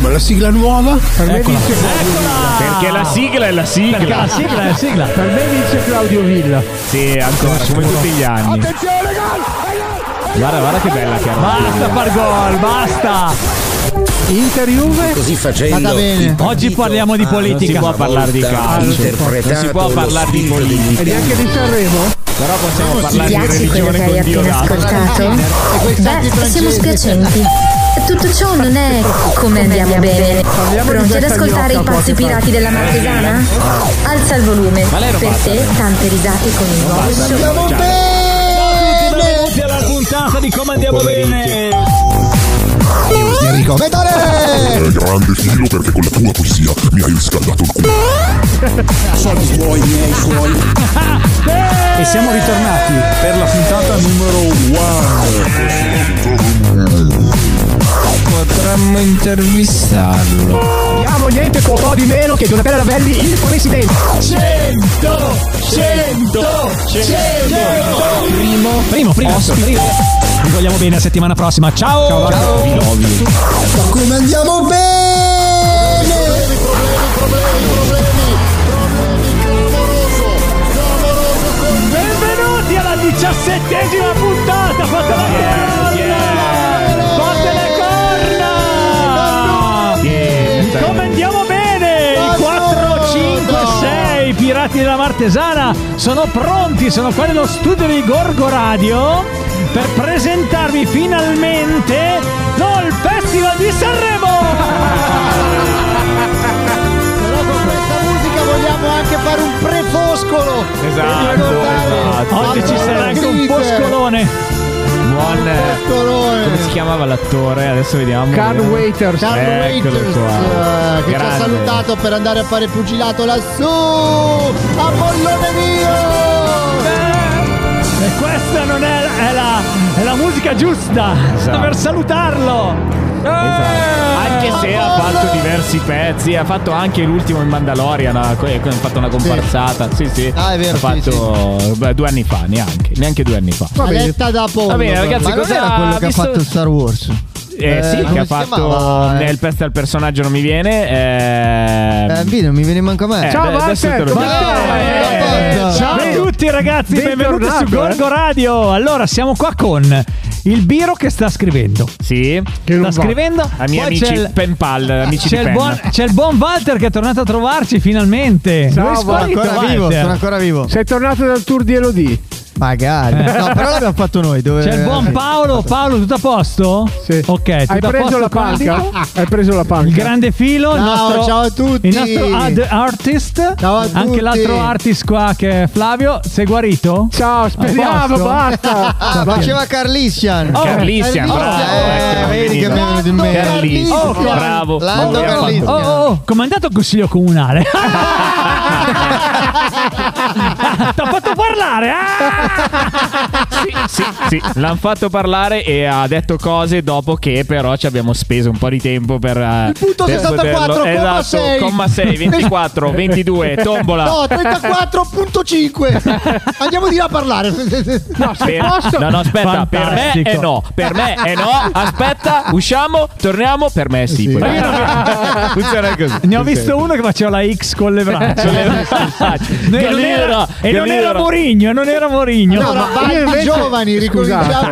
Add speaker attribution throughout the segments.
Speaker 1: ma la sigla nuova? Per me
Speaker 2: Eccola.
Speaker 1: vince Claudio Villa.
Speaker 3: Perché la sigla è la sigla.
Speaker 2: Perché la sigla è la sigla.
Speaker 1: Per me vince Claudio Villa.
Speaker 3: Sì, ancora, come tutti gli anni.
Speaker 1: Attenzione, gol!
Speaker 3: Guarda, guarda che bella che
Speaker 2: Basta far gol, basta.
Speaker 1: Inter Juve.
Speaker 4: Così facendo,
Speaker 5: Vada bene.
Speaker 4: il partito
Speaker 2: Oggi parliamo di
Speaker 4: ha
Speaker 2: politica.
Speaker 3: può parlare di
Speaker 4: volta
Speaker 3: calcio.
Speaker 4: interpretato
Speaker 3: Non si può
Speaker 4: lo
Speaker 3: parlare di
Speaker 4: spirito
Speaker 3: politica.
Speaker 4: degli
Speaker 1: E neanche di Sanremo?
Speaker 3: Però possiamo
Speaker 6: Ti
Speaker 3: parlare di
Speaker 6: piace quello che
Speaker 3: religione
Speaker 6: hai
Speaker 3: con Dio
Speaker 6: appena
Speaker 3: dato.
Speaker 6: ascoltato? Beh, siamo spiacenti. Tutto ciò non è come andiamo bene. Pronti ad ascoltare i pazzi pirati della
Speaker 1: Eh.
Speaker 3: Eh,
Speaker 6: Marchesana? Alza il volume. Per te, tante risate con il nuovo show.
Speaker 2: Benvenuti alla puntata di Come andiamo bene.
Speaker 5: Enrico Vedore!
Speaker 7: Eh, grande filo perché con la tua poesia mi hai riscaldato il culo.
Speaker 2: E siamo ritornati per la puntata numero
Speaker 8: Potremmo intervistarlo.
Speaker 1: Abbiamo niente po' po' di meno che Donatella Ravelli, il presidente.
Speaker 2: 100 100 100 Primo Primo primo primo. Vi vogliamo bene la settimana prossima. Ciao! Ciao!
Speaker 5: Ma come andiamo bene!
Speaker 2: Benvenuti alla diciassettesima puntata! Fate la corna! Fate le corna! Come andiamo bene? I 4, 5, 6 pirati della Martesana sono pronti, sono qua nello studio di Gorgo Radio per presentarvi finalmente il Festival di Sanremo!
Speaker 5: Però con questa musica vogliamo anche fare un prefoscolo!
Speaker 3: Esatto, esatto.
Speaker 2: Oggi ci sarà anche un boscolone!
Speaker 3: Buon. eh, Come si chiamava l'attore? Adesso vediamo.
Speaker 1: Can Waiters.
Speaker 5: Carl
Speaker 3: Eccolo
Speaker 5: Waiters
Speaker 3: qua.
Speaker 5: eh, che ci ha
Speaker 3: Grande.
Speaker 5: salutato per andare a fare pugilato lassù a Bollone mio
Speaker 2: E questa non è, è la, è la musica giusta
Speaker 3: Esatto.
Speaker 2: per salutarlo. Eh.
Speaker 3: Anche se ha fatto diversi pezzi, ha fatto anche l'ultimo in Mandalorian, ha que- que- ha fatto una comparsata. Sì, sì.
Speaker 5: Ah, è vero,
Speaker 3: Ha
Speaker 5: sì,
Speaker 3: fatto beh, due anni fa, neanche, neanche due anni fa.
Speaker 5: Va Aletta da pollo
Speaker 3: Va bene, ragazzi,
Speaker 9: Ma non
Speaker 3: cosa
Speaker 9: era quello che ha
Speaker 3: visto-
Speaker 9: fatto Star Wars?
Speaker 3: Eh,
Speaker 9: Eh,
Speaker 3: sì,
Speaker 9: come
Speaker 3: che ha
Speaker 9: si
Speaker 3: fatto
Speaker 9: chiamava, eh?
Speaker 3: nel pezzo al personaggio non mi viene. eh,
Speaker 9: Eh, vedi, non mi viene manco a me.
Speaker 3: eh,
Speaker 1: Ciao,
Speaker 3: beh, adesso
Speaker 1: Walter,
Speaker 3: te lo
Speaker 1: come
Speaker 3: dico.
Speaker 1: stai?
Speaker 3: Eh,
Speaker 9: Ciao.
Speaker 2: Ciao
Speaker 3: ciao.
Speaker 2: a tutti ragazzi,
Speaker 1: Bentornato, eh.
Speaker 2: benvenuti su Gorgo Radio. Allora, siamo qua con il Biro che sta scrivendo.
Speaker 3: Sì,
Speaker 1: Che non
Speaker 2: Sta
Speaker 1: va.
Speaker 2: scrivendo.
Speaker 3: a miei
Speaker 2: Poi
Speaker 3: amici
Speaker 2: c'è il-
Speaker 3: Penpal, amici di
Speaker 2: C'è il,
Speaker 3: Pen.
Speaker 2: buon, c'è il buon Walter che è tornato a trovarci finalmente.
Speaker 1: Ciao,
Speaker 2: Dove è
Speaker 9: Sono
Speaker 2: sparito,
Speaker 9: ancora vivo,
Speaker 2: Walter?
Speaker 9: sono ancora vivo.
Speaker 1: Sei tornato dal tour di Elodie. Eh.
Speaker 9: Magari. No, però l'abbiamo fatto noi. Dove...
Speaker 2: Eh. C'è il buon Paolo. Paolo, tutto a posto?
Speaker 1: Sì.
Speaker 2: Ok, tutto
Speaker 1: Hai
Speaker 2: a
Speaker 1: preso
Speaker 2: posto
Speaker 1: la
Speaker 2: con
Speaker 1: panca?
Speaker 2: Nico?
Speaker 1: Hai preso la panca.
Speaker 2: Il grande filo, il
Speaker 5: Ciao,
Speaker 2: nostro,
Speaker 5: ciao a tutti.
Speaker 2: il nostro ad artist,
Speaker 5: Ciao a
Speaker 2: anche
Speaker 5: tutti.
Speaker 2: l'altro artist qua che è Flavio, sei guarito?
Speaker 1: Ciao, speriamo,
Speaker 2: posto?
Speaker 1: basta.
Speaker 9: Ah, faceva Carlissian.
Speaker 2: Oh,
Speaker 9: Carlissian.
Speaker 3: Carlissian, bravo.
Speaker 9: Eh,
Speaker 3: ecco,
Speaker 9: vedi che
Speaker 3: veniva.
Speaker 9: abbiamo venuto in mente.
Speaker 3: Carlissian,
Speaker 9: Oh,
Speaker 3: bravo.
Speaker 9: Lando
Speaker 3: Abbiamo fatto- Eh,
Speaker 2: Oh,
Speaker 9: Carlissian.
Speaker 2: oh, oh, comandato il consiglio comunale. T'ha fatto parlare, ah!
Speaker 3: Sì, sì, l'hanno fatto parlare e ha detto cose dopo che però ci abbiamo speso un po' di tempo per... eh,
Speaker 5: Il punto
Speaker 3: per
Speaker 5: 64,
Speaker 3: poterlo-
Speaker 5: comma
Speaker 3: esatto,
Speaker 5: sei.
Speaker 3: comma 6, 24, 22, tombola.
Speaker 5: no 34.5 andiamo di là a parlare no,
Speaker 3: Per- No, no, aspetta, per me
Speaker 2: Fantastico.
Speaker 3: è no, per me è no, aspetta, usciamo, torniamo, per me è sì. poi. Funziona così.
Speaker 2: Ne ho visto uno che faceva la X con le braccia. No, e non era, e non era Morigno, e non era Morigno.
Speaker 5: allora
Speaker 1: ma
Speaker 5: vai
Speaker 1: io invece-
Speaker 5: giovani ricominciamo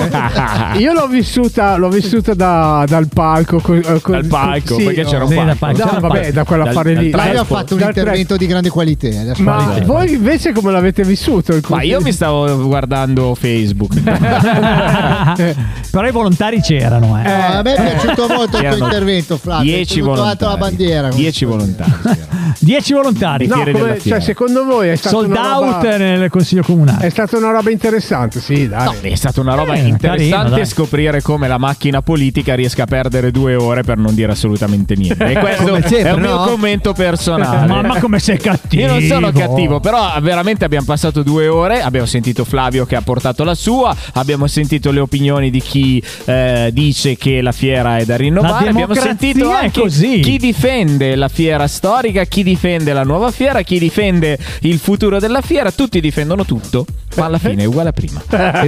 Speaker 1: Io l'ho vissuta, l'ho vissuta da- dal palco. co- eh, co-
Speaker 3: Dal palco,
Speaker 1: sì,
Speaker 3: perché c'era un
Speaker 2: Sì, dal
Speaker 3: palco.
Speaker 2: palco.
Speaker 1: No,
Speaker 2: C'era
Speaker 1: vabbè,
Speaker 2: palco.
Speaker 1: da quella
Speaker 3: Dal-
Speaker 1: affare
Speaker 3: dal
Speaker 1: lì.
Speaker 5: Flavio ha
Speaker 3: Dal
Speaker 5: fatto un
Speaker 1: palco.
Speaker 5: intervento di grande qualità adesso
Speaker 1: Ma voi invece come l'avete vissuto? Il
Speaker 3: Ma io mi stavo guardando Facebook.
Speaker 2: Però i volontari c'erano, eh.
Speaker 5: No, a me è piaciuto molto il tuo
Speaker 3: C'erano
Speaker 5: intervento Flavio hai
Speaker 3: 10
Speaker 5: tutto alto la
Speaker 3: volontari.
Speaker 5: bandiera
Speaker 3: 10 volontari. c'erano.
Speaker 2: 10 volontari.
Speaker 1: No,
Speaker 3: Fiere
Speaker 1: come-
Speaker 3: della fiera.
Speaker 1: cioè, secondo voi è stata,
Speaker 2: Sold
Speaker 1: una roba,
Speaker 2: out nel consiglio
Speaker 1: è
Speaker 2: comunale.
Speaker 1: stata una roba interessante? Sì, dai.
Speaker 3: No, è stata una roba
Speaker 2: Eh,
Speaker 3: interessante
Speaker 2: carino, dai.
Speaker 3: scoprire come la macchina politica riesca a perdere due ore per non dire assolutamente niente. E questo
Speaker 9: Come sempre,
Speaker 3: è un mio
Speaker 9: no?
Speaker 3: commento personale.
Speaker 2: Mamma come sei cattivo.
Speaker 3: Io non sono cattivo, però veramente abbiamo passato due ore, abbiamo sentito Flavio che ha portato la sua, abbiamo sentito le opinioni di chi eh, dice che la fiera è da rinnovare,
Speaker 2: La
Speaker 3: abbiamo
Speaker 2: democrazia
Speaker 3: sentito
Speaker 2: è
Speaker 3: anche
Speaker 2: così.
Speaker 3: chi difende la fiera storica, chi difende la nuova fiera, chi difende il futuro della fiera, tutti difendono tutto, ma alla fine è uguale a prima.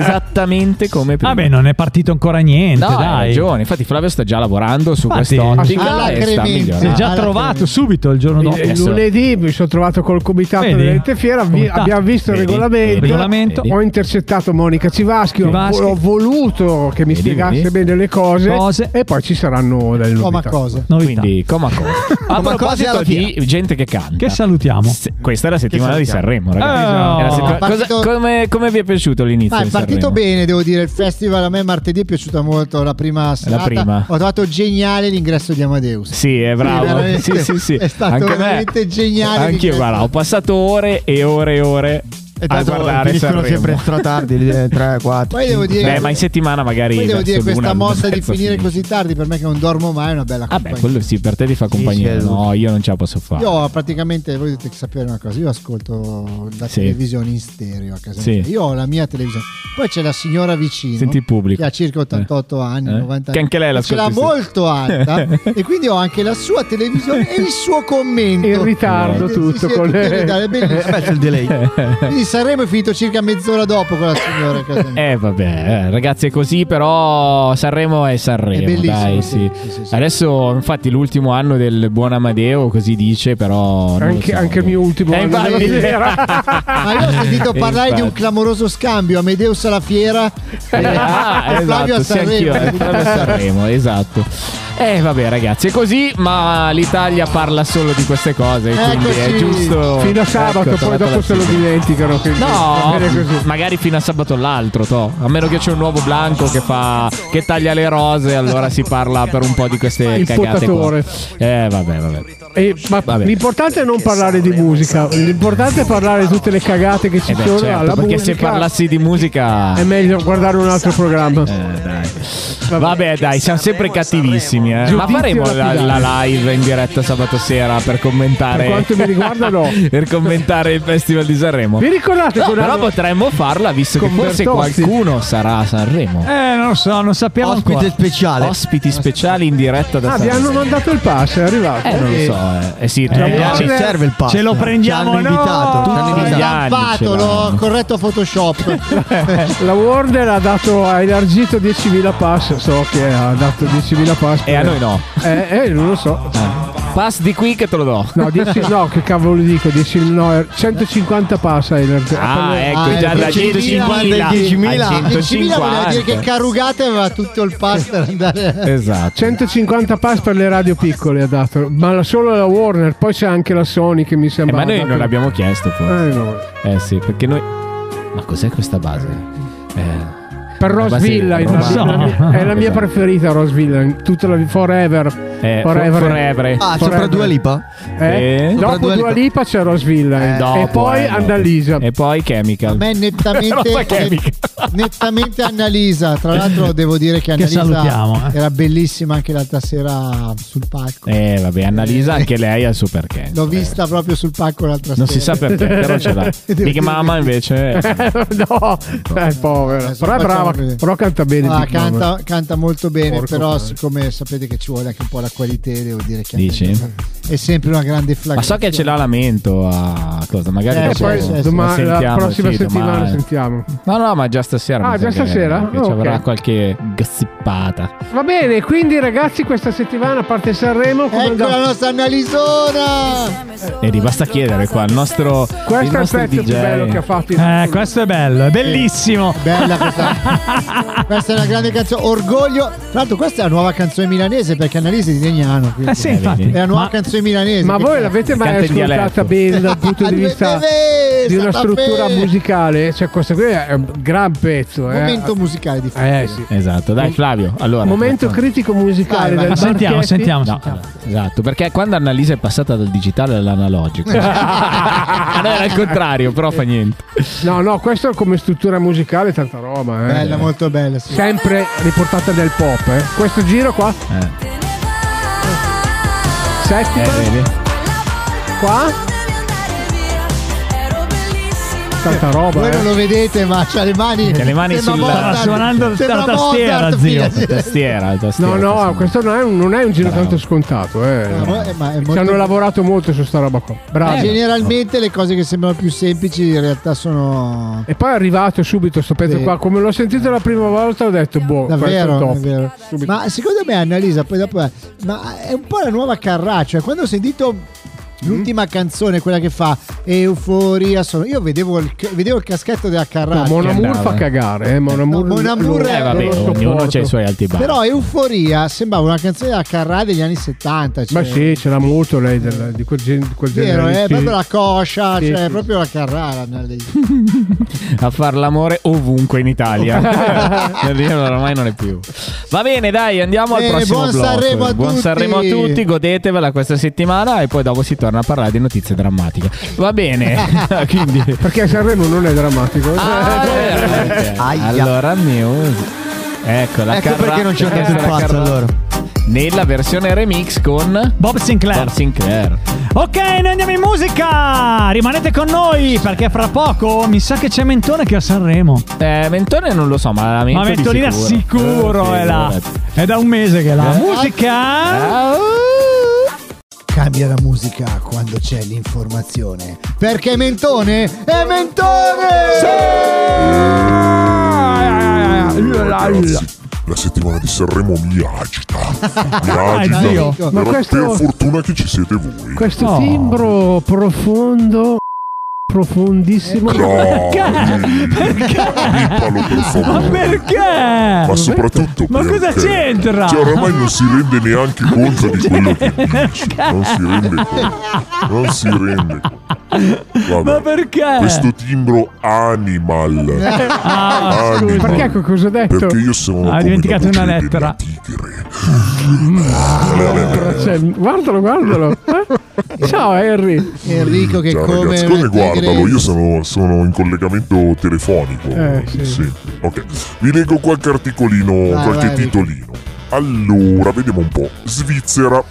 Speaker 3: Esattamente come prima.
Speaker 2: Vabbè, non è partito ancora niente,
Speaker 3: No, hai
Speaker 2: dai.
Speaker 3: ragione. Infatti, Flavio sta già lavorando su
Speaker 2: Infatti,
Speaker 3: quest'ottica
Speaker 5: alla
Speaker 3: e sta
Speaker 5: creminza.
Speaker 2: Si è
Speaker 3: migliorando.
Speaker 2: già
Speaker 9: Alla
Speaker 2: trovato
Speaker 9: fine.
Speaker 2: subito il giorno dopo.
Speaker 3: Eh,
Speaker 1: Il
Speaker 3: so.
Speaker 1: lunedì mi sono trovato col comitato
Speaker 2: Vedi?
Speaker 1: delle fiera, vi-
Speaker 2: Comitato.
Speaker 1: abbiamo visto il
Speaker 3: Vedi?
Speaker 1: regolamento,
Speaker 2: Regolamento.
Speaker 1: ho intercettato Monica Civaschi, ho-
Speaker 2: Civaschi.
Speaker 1: Ho, voluto che mi
Speaker 3: Vedi,
Speaker 1: spiegasse
Speaker 3: vedi?
Speaker 1: bene le cose,
Speaker 2: Cose.
Speaker 1: e poi ci saranno delle
Speaker 5: Oh, ma
Speaker 1: novità.
Speaker 5: cosa?
Speaker 2: Novità.
Speaker 3: Quindi, coma cosa. A
Speaker 5: Coma cosa
Speaker 3: proposito
Speaker 5: alla
Speaker 3: di gente che canta.
Speaker 2: Che salutiamo.
Speaker 3: Se- questa è la settimana di
Speaker 5: diciamo?
Speaker 3: Sanremo,
Speaker 5: Ah,
Speaker 3: ragazzi. Cioè,
Speaker 2: Eh,
Speaker 3: È la settima-
Speaker 5: è partito-
Speaker 3: cosa- come, come vi è piaciuto l'inizio?
Speaker 5: Ma Ah, è
Speaker 3: di
Speaker 5: partito
Speaker 3: Sanremo?
Speaker 5: bene, devo dire. Il festival a me martedì è piaciuta molto. La prima serata
Speaker 3: prima.
Speaker 5: ho trovato geniale l'ingresso di Amadeus.
Speaker 3: Sì, è bravo.
Speaker 5: veramente.
Speaker 3: Sì, sì, sì.
Speaker 5: È stato
Speaker 3: Anche me-
Speaker 5: veramente geniale
Speaker 3: Anch'io,
Speaker 5: di-
Speaker 3: guarda, ho passato ore e ore e ore
Speaker 5: E
Speaker 3: a
Speaker 5: tanto
Speaker 3: guardare
Speaker 9: Finiscono
Speaker 3: Sanremo.
Speaker 9: sempre stratardi,
Speaker 5: eh,
Speaker 9: 3, 4.
Speaker 5: Poi devo dire,
Speaker 3: Beh, ma in settimana magari.
Speaker 5: poi devo dire
Speaker 3: verso l'una,
Speaker 5: questa mossa di
Speaker 3: mezza
Speaker 5: finire
Speaker 3: fine.
Speaker 5: così tardi per me che non dormo mai è una bella
Speaker 3: Vabbè,
Speaker 5: compagnia.
Speaker 3: Eh, quello sì, per te ti fa compagnia.
Speaker 9: sì, è
Speaker 3: no, io non ce la posso fare.
Speaker 5: Io praticamente, voi dovete sapere una cosa, io ascolto la
Speaker 3: Sì.
Speaker 5: televisione in stereo a casa
Speaker 3: Sì.
Speaker 5: mia. Io ho la mia televisione. Poi c'è la signora vicino
Speaker 3: Senti il pubblico.
Speaker 5: che ha circa 88 anni,
Speaker 3: Eh?
Speaker 5: 90
Speaker 3: Che
Speaker 5: anni.
Speaker 3: anche lei la
Speaker 5: ce l'ha
Speaker 3: ascolta in
Speaker 5: molto alta e quindi ho anche la sua televisione e il suo commento.
Speaker 1: In ritardo
Speaker 5: Sì, sì,
Speaker 1: tutto
Speaker 5: sì,
Speaker 1: con
Speaker 5: tutto in ritardo, è
Speaker 1: le...
Speaker 5: bellissimo.
Speaker 9: il delay.
Speaker 5: Quindi Sanremo è finito circa mezz'ora dopo con la signora a casa mia.
Speaker 3: Eh vabbè, eh, ragazzi è così, però Sanremo è Sanremo,
Speaker 5: È bellissimo,
Speaker 3: dai, sì.
Speaker 5: sì, sì, sì, sì.
Speaker 3: Adesso infatti l'ultimo anno del buon Amadeo, così dice, però non lo
Speaker 1: Anche,
Speaker 3: so.
Speaker 1: anche il mio ultimo
Speaker 3: Eh,
Speaker 1: anno della
Speaker 3: infatti.
Speaker 1: fiera.
Speaker 5: Ma io ho sentito
Speaker 3: Eh,
Speaker 5: parlare di un
Speaker 3: infatti.
Speaker 5: clamoroso scambio Amedeus alla fiera e,
Speaker 3: Ah,
Speaker 5: e Flavio
Speaker 3: esatto,
Speaker 5: a
Speaker 3: sì,
Speaker 5: Sanremo.
Speaker 3: anch'io, eh, Flavio a Sanremo, esatto. Eh vabbè ragazzi, è così, ma l'Italia parla solo di queste cose, quindi è
Speaker 5: Eccoci.
Speaker 3: giusto...
Speaker 1: Fino a sabato,
Speaker 3: Ecco,
Speaker 1: poi
Speaker 3: tornata
Speaker 1: dopo
Speaker 3: la
Speaker 1: se lo
Speaker 3: sigla.
Speaker 1: dimenticano. quindi va
Speaker 3: No,
Speaker 1: bene così.
Speaker 3: magari fino a sabato l'altro, to. a meno che c'è un nuovo Blanco che, fa, che taglia le rose, allora si parla per un po' di queste
Speaker 1: Il
Speaker 3: cagate. Qua.
Speaker 1: potatore.
Speaker 3: Eh, vabbè, vabbè.
Speaker 1: E- ma
Speaker 3: Vabbè. Eh
Speaker 1: l'importante è non parlare di musica, l'importante è parlare di tutte le cagate che ci
Speaker 3: Eh beh,
Speaker 1: sono
Speaker 3: certo,
Speaker 1: alla
Speaker 3: perché
Speaker 1: musica. Eh,
Speaker 3: se parlassi di musica. eh,
Speaker 1: È meglio guardare un altro programma.
Speaker 3: Vabbè, dai, siamo sempre cattivissimi. eh. Ma
Speaker 1: Giudizio
Speaker 3: faremo la,
Speaker 1: lapidario.
Speaker 3: la live in diretta sabato sera per commentare.
Speaker 1: Per quanto mi riguarda, no.
Speaker 3: per commentare il Festival di Sanremo.
Speaker 1: Vi ricordate
Speaker 3: No,
Speaker 1: quando
Speaker 3: però potremmo farla visto che
Speaker 1: con
Speaker 3: forse
Speaker 1: Bertozzi.
Speaker 3: qualcuno sarà a Sanremo.
Speaker 2: Eh, non lo so, non sappiamo
Speaker 9: Ospite
Speaker 2: ancora.
Speaker 9: speciale.
Speaker 3: Ospiti speciali in diretta da
Speaker 1: Ah, vi
Speaker 3: Sanremo.
Speaker 1: hanno mandato il pass, è arrivato.
Speaker 3: Eh, non lo so, eh, eh sì, tra
Speaker 2: Eh,
Speaker 3: un po'
Speaker 9: ci
Speaker 3: ci-
Speaker 9: serve il pass.
Speaker 2: Ce lo prendiamo
Speaker 9: Ci hanno
Speaker 2: noi.
Speaker 9: invitato. Ci hanno
Speaker 3: Tutti
Speaker 9: invitato.
Speaker 3: gli anni ce
Speaker 5: Fatto, l'ho
Speaker 3: l'hanno.
Speaker 5: corretto a Photoshop.
Speaker 1: La Warner ha, dato, ha elargito 10.000 pass, so che ha dato 10.000 pass.
Speaker 3: E a noi no.
Speaker 1: Eh, eh, non lo so.
Speaker 3: Pass di qui che te lo do.
Speaker 1: No, 10 no, che cavolo dico, 10, no, 150 pass hai elargito.
Speaker 3: Ah, ecco,
Speaker 5: Ah,
Speaker 3: già
Speaker 5: ecco,
Speaker 3: da
Speaker 5: 150,
Speaker 3: 10.000
Speaker 9: 10.000.
Speaker 3: a
Speaker 5: 10.000 voleva dire che
Speaker 3: 150.
Speaker 5: Carrugate aveva tutto il pass per andare.
Speaker 3: Esatto.
Speaker 1: 150 pass per le radio piccole ha dato, ma la- solo la Warner, poi c'è anche la Sony che mi
Speaker 3: Eh,
Speaker 1: sembra.
Speaker 3: ma noi non l'abbiamo chiesto forse.
Speaker 1: Eh, no.
Speaker 3: Eh sì, perché noi... Ma cos'è questa base? Eh...
Speaker 1: Per
Speaker 3: Ma
Speaker 1: Rosvilla
Speaker 3: sì,
Speaker 1: in realtà,
Speaker 3: Rosvilla.
Speaker 1: è la mia- è la mia
Speaker 3: Esatto.
Speaker 1: preferita Rosvilla, in tutta la forever.
Speaker 3: Eh,
Speaker 1: forever.
Speaker 3: forever.
Speaker 9: Ah, sopra
Speaker 1: Forever.
Speaker 9: due lipa?
Speaker 1: Eh?
Speaker 3: Sì.
Speaker 1: Dopo
Speaker 9: Dua
Speaker 1: Dua Lipa c'è Rosvilla
Speaker 3: Dopo,
Speaker 1: e poi
Speaker 3: eh,
Speaker 1: Andalisa.
Speaker 3: E poi Chemical.
Speaker 5: A me
Speaker 3: Però fa
Speaker 5: nettamente,
Speaker 3: chemica.
Speaker 5: nettamente Annalisa. Tra l'altro devo dire che
Speaker 2: salutiamo,
Speaker 5: Annalisa
Speaker 2: eh.
Speaker 5: era bellissima anche l'altra sera sul palco.
Speaker 3: Eh vabbè, Annalisa anche lei ha il suo perché.
Speaker 5: L'ho
Speaker 3: Eh,
Speaker 5: vista proprio sul palco l'altra
Speaker 3: Non si
Speaker 5: sera. Eh,
Speaker 3: sa perché, però ce l'ha. Big Mama invece...
Speaker 1: no, è povera.
Speaker 5: Adesso
Speaker 1: Però
Speaker 5: facciamo
Speaker 1: è brava,
Speaker 5: vedere.
Speaker 1: però canta bene.
Speaker 5: Ah,
Speaker 1: Big Mama.
Speaker 5: canta, canta molto bene,
Speaker 1: Porco
Speaker 5: però
Speaker 1: cane.
Speaker 5: siccome sapete che ci vuole anche un po' la qualità, devo dire che anche
Speaker 3: Dici?
Speaker 5: questa è sempre una grande
Speaker 3: Ma
Speaker 5: flagranza.
Speaker 3: so che ce l'ha lamento a cosa, magari
Speaker 5: Eh,
Speaker 1: E
Speaker 3: dopo
Speaker 1: poi
Speaker 5: sì, sì,
Speaker 3: la
Speaker 1: domani- la
Speaker 3: sentiamo,
Speaker 1: prossima
Speaker 3: sì,
Speaker 1: settimana
Speaker 3: domani.
Speaker 1: sentiamo.
Speaker 3: No, no, ma già stasera.
Speaker 1: Ah,
Speaker 3: mi
Speaker 1: già
Speaker 3: sa che-
Speaker 1: stasera?
Speaker 3: Che ci
Speaker 1: Oh,
Speaker 3: avrà
Speaker 1: ok.
Speaker 3: qualche gassippata.
Speaker 1: Va bene, quindi ragazzi, questa settimana a parte Sanremo. Come
Speaker 5: Ecco la
Speaker 1: andava?
Speaker 5: nostra Annalisona!
Speaker 3: Edi, basta chiedere qua. Il nostro. il
Speaker 1: Questo è il
Speaker 3: nostro
Speaker 1: pezzo
Speaker 3: DJ.
Speaker 1: più bello che ha fatto. in
Speaker 2: Eh,
Speaker 1: assoluto.
Speaker 2: questo è bello, è bellissimo.
Speaker 5: Bella questa. questa è una grande canzone, Orgoglio. Tra l'altro questa è la nuova canzone milanese perché Annalisa è di Legnano. quindi.
Speaker 2: Eh, sì, infatti.
Speaker 5: È la nuova
Speaker 2: Ma-
Speaker 5: canzone milanese.
Speaker 1: Ma
Speaker 5: che- cioè,
Speaker 1: voi l'avete mai
Speaker 3: Canta in
Speaker 1: ascoltata
Speaker 3: dialetto.
Speaker 1: bene dal punto di
Speaker 5: Ah,
Speaker 1: vista
Speaker 5: deve-
Speaker 1: di una
Speaker 5: sta
Speaker 1: struttura
Speaker 5: bene.
Speaker 1: musicale? Cioè, questo qui è un gran pezzo. eh.
Speaker 5: Momento musicale di
Speaker 1: Eh, sì.
Speaker 3: Esatto, dai, Flavio. Allora.
Speaker 1: Momento critico musicale
Speaker 5: Vai, vai.
Speaker 1: del
Speaker 2: Ah, Sentiamo,
Speaker 1: Marchetti.
Speaker 2: sentiamo.
Speaker 3: No,
Speaker 2: sentiamo.
Speaker 3: esatto, perché quando Annalisa è passata dal digitale all'analogico. allora era il contrario, però fa niente.
Speaker 1: No, no, questo come struttura musicale è tanta roba. eh.
Speaker 5: Bella, molto bella. Sì.
Speaker 1: Sempre riportata del pop. eh. Questo giro qua,
Speaker 3: Eh,
Speaker 1: settima,
Speaker 3: eh, vedi?
Speaker 1: qua.
Speaker 4: Ero bellissima
Speaker 1: tanta roba.
Speaker 5: Voi
Speaker 1: eh.
Speaker 5: non lo vedete, ma c'ha le mani.
Speaker 3: Ha Cioè, le mani
Speaker 5: sembra
Speaker 3: sulla-
Speaker 5: Mozart.
Speaker 2: Stava suonando
Speaker 5: Sembra
Speaker 2: la tastiera,
Speaker 5: Mozart,
Speaker 2: zio.
Speaker 5: figlia.
Speaker 3: Tastiera, tastiera.
Speaker 1: No, no,
Speaker 3: tastiera.
Speaker 1: questo non è un, non è un giro tanto scontato. Eh.
Speaker 5: No, eh, ma è
Speaker 1: Ci
Speaker 5: molto- Eh,
Speaker 1: hanno lavorato molto su sta roba qua. Bravi.
Speaker 5: Generalmente le cose che sembrano più semplici in realtà sono.
Speaker 1: E poi è arrivato subito sto pezzo
Speaker 5: Sì.
Speaker 1: qua. Come l'ho sentito la prima volta ho detto, boh, questo è
Speaker 5: Davvero,
Speaker 1: top.
Speaker 5: è vero.
Speaker 1: Subito.
Speaker 5: Ma secondo me, Annalisa, poi dopo. Ma è un po' la nuova Carrà. Cioè, quando ho sentito.
Speaker 1: Mm-hmm.
Speaker 5: L'ultima canzone, quella che fa Euforia, sono... io vedevo il, vedevo il caschetto della Carrà.
Speaker 1: No, Mon Amour
Speaker 3: andava.
Speaker 1: fa cagare, eh. Mon Amour,
Speaker 5: Mon Amour
Speaker 1: lo-
Speaker 5: è-
Speaker 3: Eh, vabbè,
Speaker 1: lo
Speaker 3: ognuno
Speaker 1: sopporto.
Speaker 3: ha i suoi alti e bassi.
Speaker 5: Però Euforia sembrava una canzone della Carrà degli anni 70. Cioè,
Speaker 1: Ma sì, c'era molto lei del- di quel, gen- di quel
Speaker 5: Vero,
Speaker 1: genere. lì,
Speaker 5: è
Speaker 1: sì.
Speaker 5: proprio la coscia,
Speaker 1: Sì,
Speaker 5: cioè
Speaker 1: sì.
Speaker 5: proprio la Carrà. Annalisa.
Speaker 3: a far l'amore ovunque in Italia. Per dire, ormai non è più. Va bene, dai, andiamo
Speaker 5: Bene,
Speaker 3: al prossimo
Speaker 5: buon
Speaker 3: blocco.
Speaker 5: Sanremo a
Speaker 3: buon
Speaker 5: tutti.
Speaker 3: Sanremo a tutti, godetevela questa settimana e poi dopo si torna a parlare di notizie drammatiche. Va bene. Quindi
Speaker 1: Perché Sanremo non è drammatico.
Speaker 3: Ah,
Speaker 1: eh,
Speaker 9: Aia.
Speaker 3: Allora music. Ecco, la
Speaker 9: Ecco perché non ci ho
Speaker 3: Carrà-
Speaker 9: capito un
Speaker 3: la
Speaker 9: cazzo
Speaker 3: Carrà-
Speaker 9: allora.
Speaker 3: Nella versione remix con
Speaker 2: Bob Sinclair.
Speaker 3: Bob Sinclair.
Speaker 2: Ok, noi andiamo in musica. Rimanete con noi perché fra poco mi sa che c'è Mentone che è a Sanremo.
Speaker 3: Eh, Mentone Eh, non lo so, ma la
Speaker 2: Ma Mentolina sicuro è là.
Speaker 3: esatto.
Speaker 2: È da un mese che è
Speaker 3: Eh?
Speaker 2: là. Musica.
Speaker 5: Cambia la musica quando c'è l'informazione. Perché Mentone è
Speaker 2: Eh,
Speaker 5: Mentone!
Speaker 7: Ragazzi, la settimana di Sanremo mi agita.
Speaker 2: Ah,
Speaker 7: Mi agita.
Speaker 2: zio,
Speaker 7: Però
Speaker 1: Ah, ecco, ma questo-
Speaker 7: per fortuna che ci siete voi.
Speaker 1: Questo timbro profondo, profondissimo.
Speaker 7: No, pippalo per
Speaker 2: Ma
Speaker 7: favore.
Speaker 2: perché?
Speaker 7: Ma soprattutto
Speaker 2: Ma cosa
Speaker 7: perché-
Speaker 2: c'entra?
Speaker 7: Cioè, ormai non si rende neanche conto di quello che dice. Non si rende conto. Non si rende conto.
Speaker 2: Ma
Speaker 7: Vabbè.
Speaker 2: perché?
Speaker 7: Questo timbro animal.
Speaker 2: Ah,
Speaker 7: Animal.
Speaker 1: Perché ecco cosa ho detto?
Speaker 7: Perché io sono
Speaker 2: Hai
Speaker 7: come
Speaker 2: dimenticato
Speaker 7: la voce
Speaker 2: una
Speaker 7: della
Speaker 2: lettera.
Speaker 7: tigre.
Speaker 1: Cioè, guardalo, guardalo. Eh? Ciao Harry.
Speaker 5: Enrico che
Speaker 7: Ciao
Speaker 5: come...
Speaker 7: ragazzi,
Speaker 5: una
Speaker 7: come guardalo?
Speaker 5: tigre-
Speaker 7: Io sono, sono in collegamento telefonico.
Speaker 1: Eh, sì.
Speaker 7: Ok. Vi leggo qualche articolino,
Speaker 5: Vai,
Speaker 7: qualche
Speaker 5: vai,
Speaker 7: titolino. Allora, vediamo un po'. Svizzera.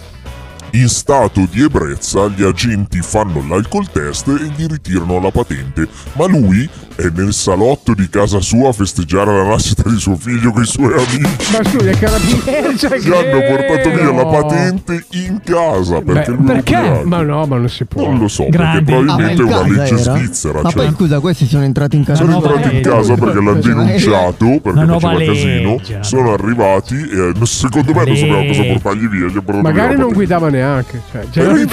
Speaker 7: In stato di ebbrezza gli agenti fanno l'alcol test e gli ritirano la patente, ma lui è nel salotto di casa sua a festeggiare la nascita di suo figlio con i suoi amici.
Speaker 1: Ma scusa, i carabinieri. Cioè,
Speaker 7: Gli hanno
Speaker 1: che-
Speaker 7: portato via la
Speaker 1: no.
Speaker 7: patente in casa perché lui era
Speaker 2: perché?
Speaker 7: ubriaco.
Speaker 1: Ma no, ma non si può.
Speaker 7: Non lo so,
Speaker 2: Grandi.
Speaker 7: perché
Speaker 9: Ah, ma
Speaker 7: probabilmente
Speaker 9: in
Speaker 7: è una
Speaker 9: casa
Speaker 7: legge
Speaker 9: era?
Speaker 7: svizzera.
Speaker 9: Ma
Speaker 7: cioè,
Speaker 9: poi scusa, questi sono entrati in casa.
Speaker 7: sono
Speaker 2: nuova
Speaker 7: entrati in
Speaker 2: legge.
Speaker 7: casa perché l'ha denunciato perché
Speaker 2: nuova
Speaker 7: faceva casino.
Speaker 2: legge, la
Speaker 7: Sono arrivati e eh, secondo me non sapevano cosa portargli via. Gli ha portato via la
Speaker 1: Magari non
Speaker 7: patente.
Speaker 1: guidava neanche. Cioè, già-
Speaker 7: Eh, eh, eh,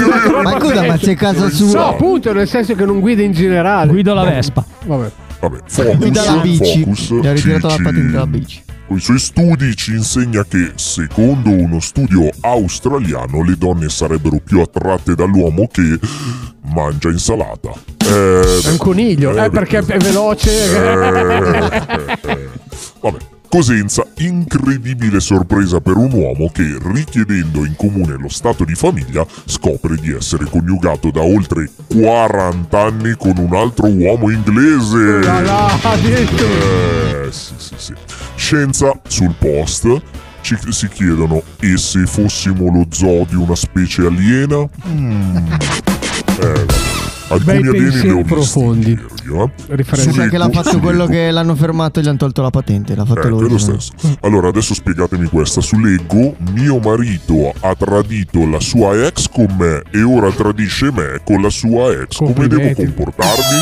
Speaker 9: Ma scusa, ma c'è casa
Speaker 1: No,
Speaker 9: sua.
Speaker 1: appunto, nel senso che non guida in generale.
Speaker 2: Guido la Vespa.
Speaker 1: Vabbè.
Speaker 7: Vabbè, focus,
Speaker 9: Guida la bici.
Speaker 7: focus.
Speaker 9: Gli ha ritirato
Speaker 7: ci-
Speaker 9: la patente della
Speaker 7: ci-
Speaker 9: bici.
Speaker 7: Con i suoi studi ci insegna che, secondo uno studio australiano, le donne sarebbero più attratte dall'uomo che mangia insalata. Eh,
Speaker 1: È un coniglio, eh,
Speaker 7: eh,
Speaker 1: perché è veloce.
Speaker 7: Vabbè. Cosenza, incredibile sorpresa per un uomo che, richiedendo in comune lo stato di famiglia, scopre di essere coniugato da oltre 40 anni con un altro uomo inglese.
Speaker 1: Ah, no, addirittura.
Speaker 7: Eh, sì, sì, sì. Scienza sul post. Ci, si chiedono: e se fossimo lo zoo di una specie aliena? Mm. Eh,
Speaker 1: Bei
Speaker 7: alcuni alieni li ho
Speaker 1: pensieri
Speaker 7: visti
Speaker 1: profondi.
Speaker 7: ieri, eh.
Speaker 1: Riferenza.
Speaker 7: Sulle
Speaker 9: Sai che l'ha
Speaker 7: cu-
Speaker 9: fatto
Speaker 7: sulle
Speaker 9: quello
Speaker 7: cu-
Speaker 9: che l'hanno fermato e gli hanno tolto la patente. L'ha fatto
Speaker 7: eh,
Speaker 9: lui.
Speaker 7: quello stesso. Allora, adesso spiegatemi questa. Su Leggo, mio marito ha tradito la sua ex con me e ora tradisce me con la sua ex. Come devo
Speaker 1: Complimenti.
Speaker 7: comportarmi?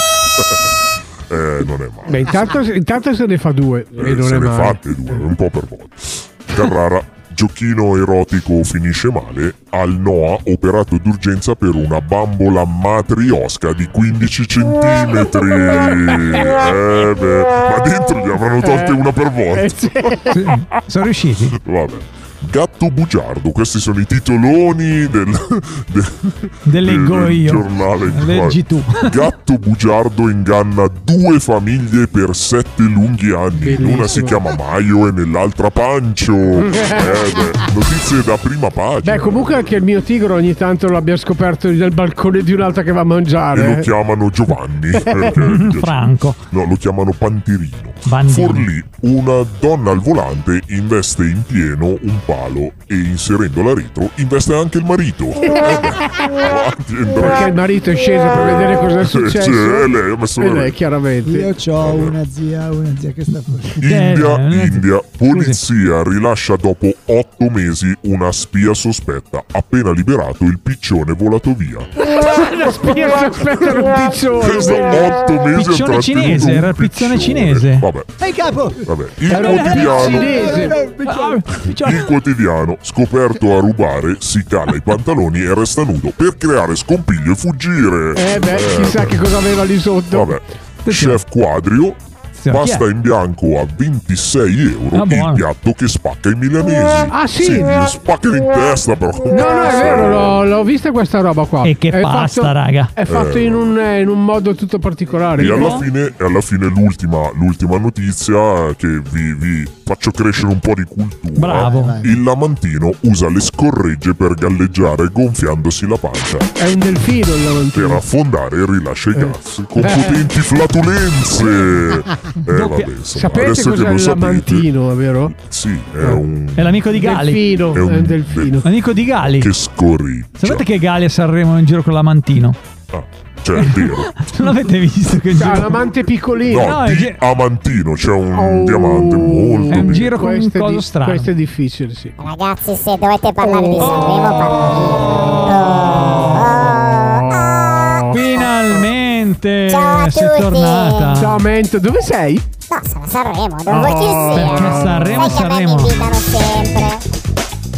Speaker 7: eh, non è male.
Speaker 1: Beh, intanto, intanto se ne fa due.
Speaker 7: Eh,
Speaker 1: e non
Speaker 7: se
Speaker 1: è
Speaker 7: ne
Speaker 1: male.
Speaker 7: fatte due, un po' per volta. Carrara, giochino erotico finisce male. Al Noa, operato d'urgenza per una bambola matriosca di 15 centimetri. Eh, beh, ma dentro gli avranno tolte una per
Speaker 1: Eh,
Speaker 7: volta.
Speaker 2: Mm. Sono riusciti.
Speaker 7: Vabbè. Gatto bugiardo, questi sono i titoloni del, de-
Speaker 2: Deleggo
Speaker 7: del
Speaker 2: io.
Speaker 7: giornale.
Speaker 2: Leggi tu.
Speaker 7: Gatto bugiardo inganna due famiglie per sette lunghi anni. In una si chiama Maio e nell'altra Pancio. Eh beh, notizie da prima pagina.
Speaker 1: Beh, comunque anche il mio tigro ogni tanto l'abbia scoperto dal balcone di un'altra che va a
Speaker 7: E lo
Speaker 1: mangiare. eh.
Speaker 7: chiamano Giovanni. perché-
Speaker 2: Franco.
Speaker 7: No, lo chiamano Pantirino.
Speaker 2: Bandini.
Speaker 7: Forlì, una donna al volante investe in pieno un palo e inserendola retro investe anche il marito. Eh beh, avanti e indietro.
Speaker 1: Perché il marito è sceso per vedere cosa è
Speaker 7: Sì, sì,
Speaker 1: successo.
Speaker 7: e lei ha messo
Speaker 1: E
Speaker 7: la
Speaker 1: lei,
Speaker 7: rete.
Speaker 1: chiaramente.
Speaker 5: Io ho una zia, Ah, una zia che sta fuori.
Speaker 7: India,
Speaker 2: Eh,
Speaker 7: India, polizia rilascia dopo otto mesi una spia sospetta. Appena liberato, il piccione è volato via.
Speaker 1: Io aspetta un piccione.
Speaker 7: Questo otto mesi ha
Speaker 2: Piccione
Speaker 7: trattenuto
Speaker 2: cinese,
Speaker 7: un
Speaker 2: era il piccione cinese.
Speaker 7: Vabbè,
Speaker 5: Ehi capo!
Speaker 7: vabbè. Il
Speaker 1: Era un
Speaker 7: quotidiano,
Speaker 1: cinese. Ah, cioè,
Speaker 7: il quotidiano, scoperto a rubare, si cala i pantaloni e resta nudo per creare scompiglio e fuggire.
Speaker 1: Eh beh,
Speaker 7: Eh,
Speaker 1: chissà che cosa aveva lì sotto.
Speaker 7: Vabbè, chef quadrio. Pasta in bianco a 26 euro
Speaker 2: Ah, buono.
Speaker 7: il piatto che spacca i milanesi.
Speaker 1: Ah, sì?
Speaker 7: gli spaccano in testa però.
Speaker 1: No, no, è vero, l'ho, l'ho vista questa roba qua.
Speaker 2: E che
Speaker 1: È
Speaker 2: pasta,
Speaker 1: fatto-
Speaker 2: raga.
Speaker 1: È fatto in un, eh, in un modo tutto particolare.
Speaker 7: E alla
Speaker 1: No?
Speaker 7: fine, e alla fine l'ultima, l'ultima notizia che vi, vi faccio crescere un po' di cultura.
Speaker 2: Bravo.
Speaker 7: Il lamantino usa le scorregge per galleggiare gonfiandosi la pancia.
Speaker 1: È un delfino il
Speaker 7: Per
Speaker 1: lamantino.
Speaker 7: affondare rilascia i
Speaker 2: Eh.
Speaker 7: gas con potenti flatulenze. Eh, vabbè, insomma,
Speaker 1: Sapete
Speaker 7: adesso che
Speaker 1: cos'è
Speaker 7: lo
Speaker 1: il
Speaker 7: sapete.
Speaker 1: lamantino, è vero?
Speaker 7: Sì, è un
Speaker 2: È l'amico di Gali.
Speaker 1: Delfino,
Speaker 7: È
Speaker 1: è
Speaker 7: un
Speaker 3: eh,
Speaker 1: un delfino.
Speaker 2: Amico di Gali.
Speaker 7: che scorreggia.
Speaker 2: Sapete che Gali a Sanremo è in giro con l'amantino?
Speaker 7: Ah, cioè, è vero.
Speaker 2: Non l'avete visto che è in
Speaker 1: Ha un
Speaker 2: giro?
Speaker 1: amante piccolino.
Speaker 7: No,
Speaker 2: No, è
Speaker 7: di
Speaker 2: gi-
Speaker 7: Amantino, c'è un
Speaker 1: Oh.
Speaker 7: diamante molto
Speaker 2: È un
Speaker 7: bello.
Speaker 2: giro con un
Speaker 1: Questo è,
Speaker 2: coso
Speaker 1: di-
Speaker 2: strano.
Speaker 1: questo è difficile, sì.
Speaker 4: Ah, Ragazzi, se dovete parlare
Speaker 2: Oh.
Speaker 4: di Sanremo,
Speaker 2: Finalmente
Speaker 4: Ciao a
Speaker 2: sei
Speaker 4: tutti.
Speaker 2: tornata.
Speaker 1: Ciao Mento, dove sei?
Speaker 4: No, sono a Sanremo, dove vuoi che sia?
Speaker 2: Perché Sanremo,
Speaker 4: Sai che a me mi
Speaker 2: Sanremo.
Speaker 4: invitano sempre.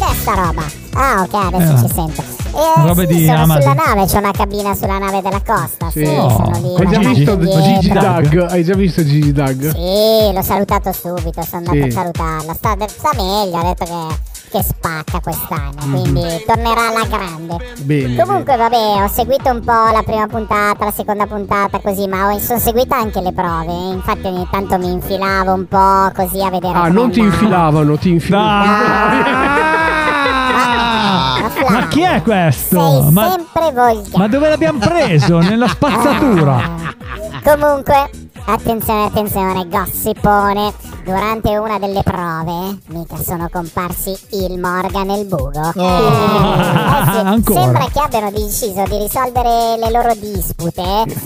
Speaker 4: Che è sta roba? Ah, ok, adesso
Speaker 2: Eh,
Speaker 4: ci sento. Eh,
Speaker 2: Robe
Speaker 4: sì,
Speaker 2: di
Speaker 4: sono
Speaker 2: Amazon.
Speaker 4: sulla nave, c'è una cabina sulla nave della costa. Sì,
Speaker 1: Oh.
Speaker 4: sono lì.
Speaker 1: Hai già
Speaker 4: una
Speaker 1: visto
Speaker 4: parte
Speaker 1: Gigi
Speaker 4: dietro.
Speaker 2: Doug?
Speaker 1: Doug? Hai già visto Gigi Doug?
Speaker 4: Sì, l'ho salutato subito, sono andato
Speaker 1: Sì.
Speaker 4: a salutarla. Sta, sta meglio, ha detto che, che spacca quest'anno, quindi tornerà alla grande.
Speaker 1: Bene.
Speaker 4: Comunque, vabbè, ho seguito un po' la prima puntata, la seconda puntata, così, ma ho sono seguita anche le prove. eh. Infatti, ogni tanto mi infilavo un po' così a vedere.
Speaker 1: Ah,
Speaker 4: come
Speaker 1: non ti Ah!
Speaker 4: andava.
Speaker 1: infilavano, ti
Speaker 2: Ah!
Speaker 4: Ah,
Speaker 2: Ma chi è questo?
Speaker 4: Sei
Speaker 2: Ma,
Speaker 4: sempre volgare.
Speaker 2: ma dove l'abbiamo preso? Nella spazzatura.
Speaker 4: Comunque, attenzione, attenzione, gossipone. Durante una delle prove, mica sono comparsi il Morgan e il Bugo. Eh, sì,
Speaker 2: Ancora.
Speaker 4: Sembra che abbiano deciso di risolvere le loro dispute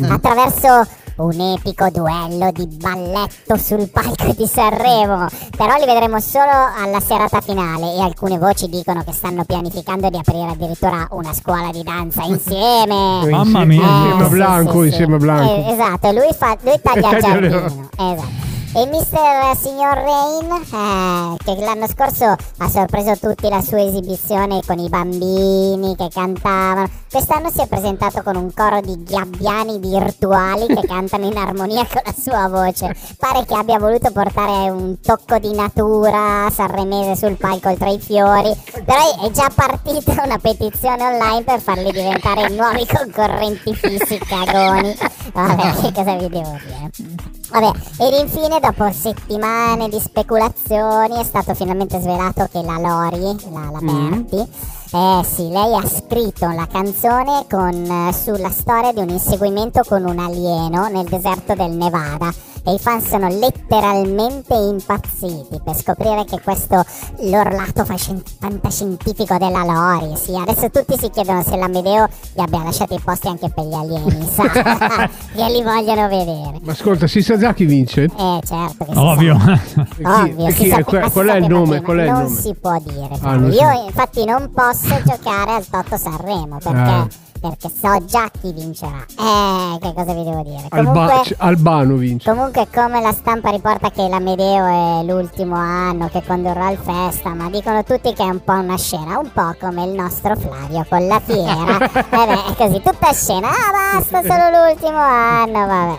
Speaker 4: attraverso un epico duello di balletto sul palco di Sanremo. Però li vedremo solo alla serata finale e alcune voci dicono che stanno pianificando di aprire addirittura una scuola di danza insieme.
Speaker 2: Mamma mia.
Speaker 1: Insieme a
Speaker 4: Eh, sì,
Speaker 1: Blanco,
Speaker 4: sì, sì.
Speaker 1: insieme a Blanco.
Speaker 4: Eh, esatto, lui, fa, lui taglia
Speaker 1: E
Speaker 4: il
Speaker 1: taglia le-
Speaker 4: giardino. Esatto. E mister signor Rain, eh, che l'anno scorso ha sorpreso tutti la sua esibizione con i bambini che cantavano, quest'anno si è presentato con un coro di gabbiani virtuali che cantano in armonia con la sua voce. Pare che abbia voluto portare un tocco di natura sanremese sul palco oltre i fiori, però è già partita una petizione online per farli diventare nuovi concorrenti fissi cagoni. Vabbè, che cosa vi devo dire? Vabbè, ed infine dopo settimane di speculazioni è stato finalmente svelato che la Lori, la, la Berti, eh sì, lei ha scritto la canzone con, eh, sulla storia di un inseguimento con un alieno nel deserto del Nevada e i fan sono letteralmente impazziti per scoprire che questo l'orlato fascin- fantascientifico della Lori, sì, adesso tutti si chiedono se l'Amedeo gli abbia lasciato i posti anche per gli alieni, sa, che li vogliono vedere.
Speaker 1: Ma ascolta, si sa già chi vince?
Speaker 4: Eh certo che si
Speaker 2: Ovvio.
Speaker 1: E chi-
Speaker 4: sa. Ovvio,
Speaker 1: e
Speaker 4: si
Speaker 1: chi è?
Speaker 4: sape-
Speaker 1: Qual-
Speaker 4: ma si
Speaker 1: qual è il
Speaker 4: sapeva
Speaker 1: nome?
Speaker 4: prima,
Speaker 1: Qual è il
Speaker 4: non
Speaker 1: nome?
Speaker 4: si può dire.
Speaker 1: Ah, non si
Speaker 4: Io
Speaker 1: può.
Speaker 4: infatti non posso giocare al Toto Sanremo perché,
Speaker 1: Ah.
Speaker 4: perché so già chi vincerà. Eh, che cosa vi devo dire?
Speaker 1: Alba-
Speaker 4: Comunque,
Speaker 1: c- Albano vince.
Speaker 4: Comunque, come la stampa riporta che l'Amedeo è l'ultimo anno che condurrà il festa, ma dicono tutti che è un po' una scena, un po' come il nostro Flavio con la fiera. vabbè, è così, tutta scena, ah basta, solo l'ultimo anno, Ah, vabbè.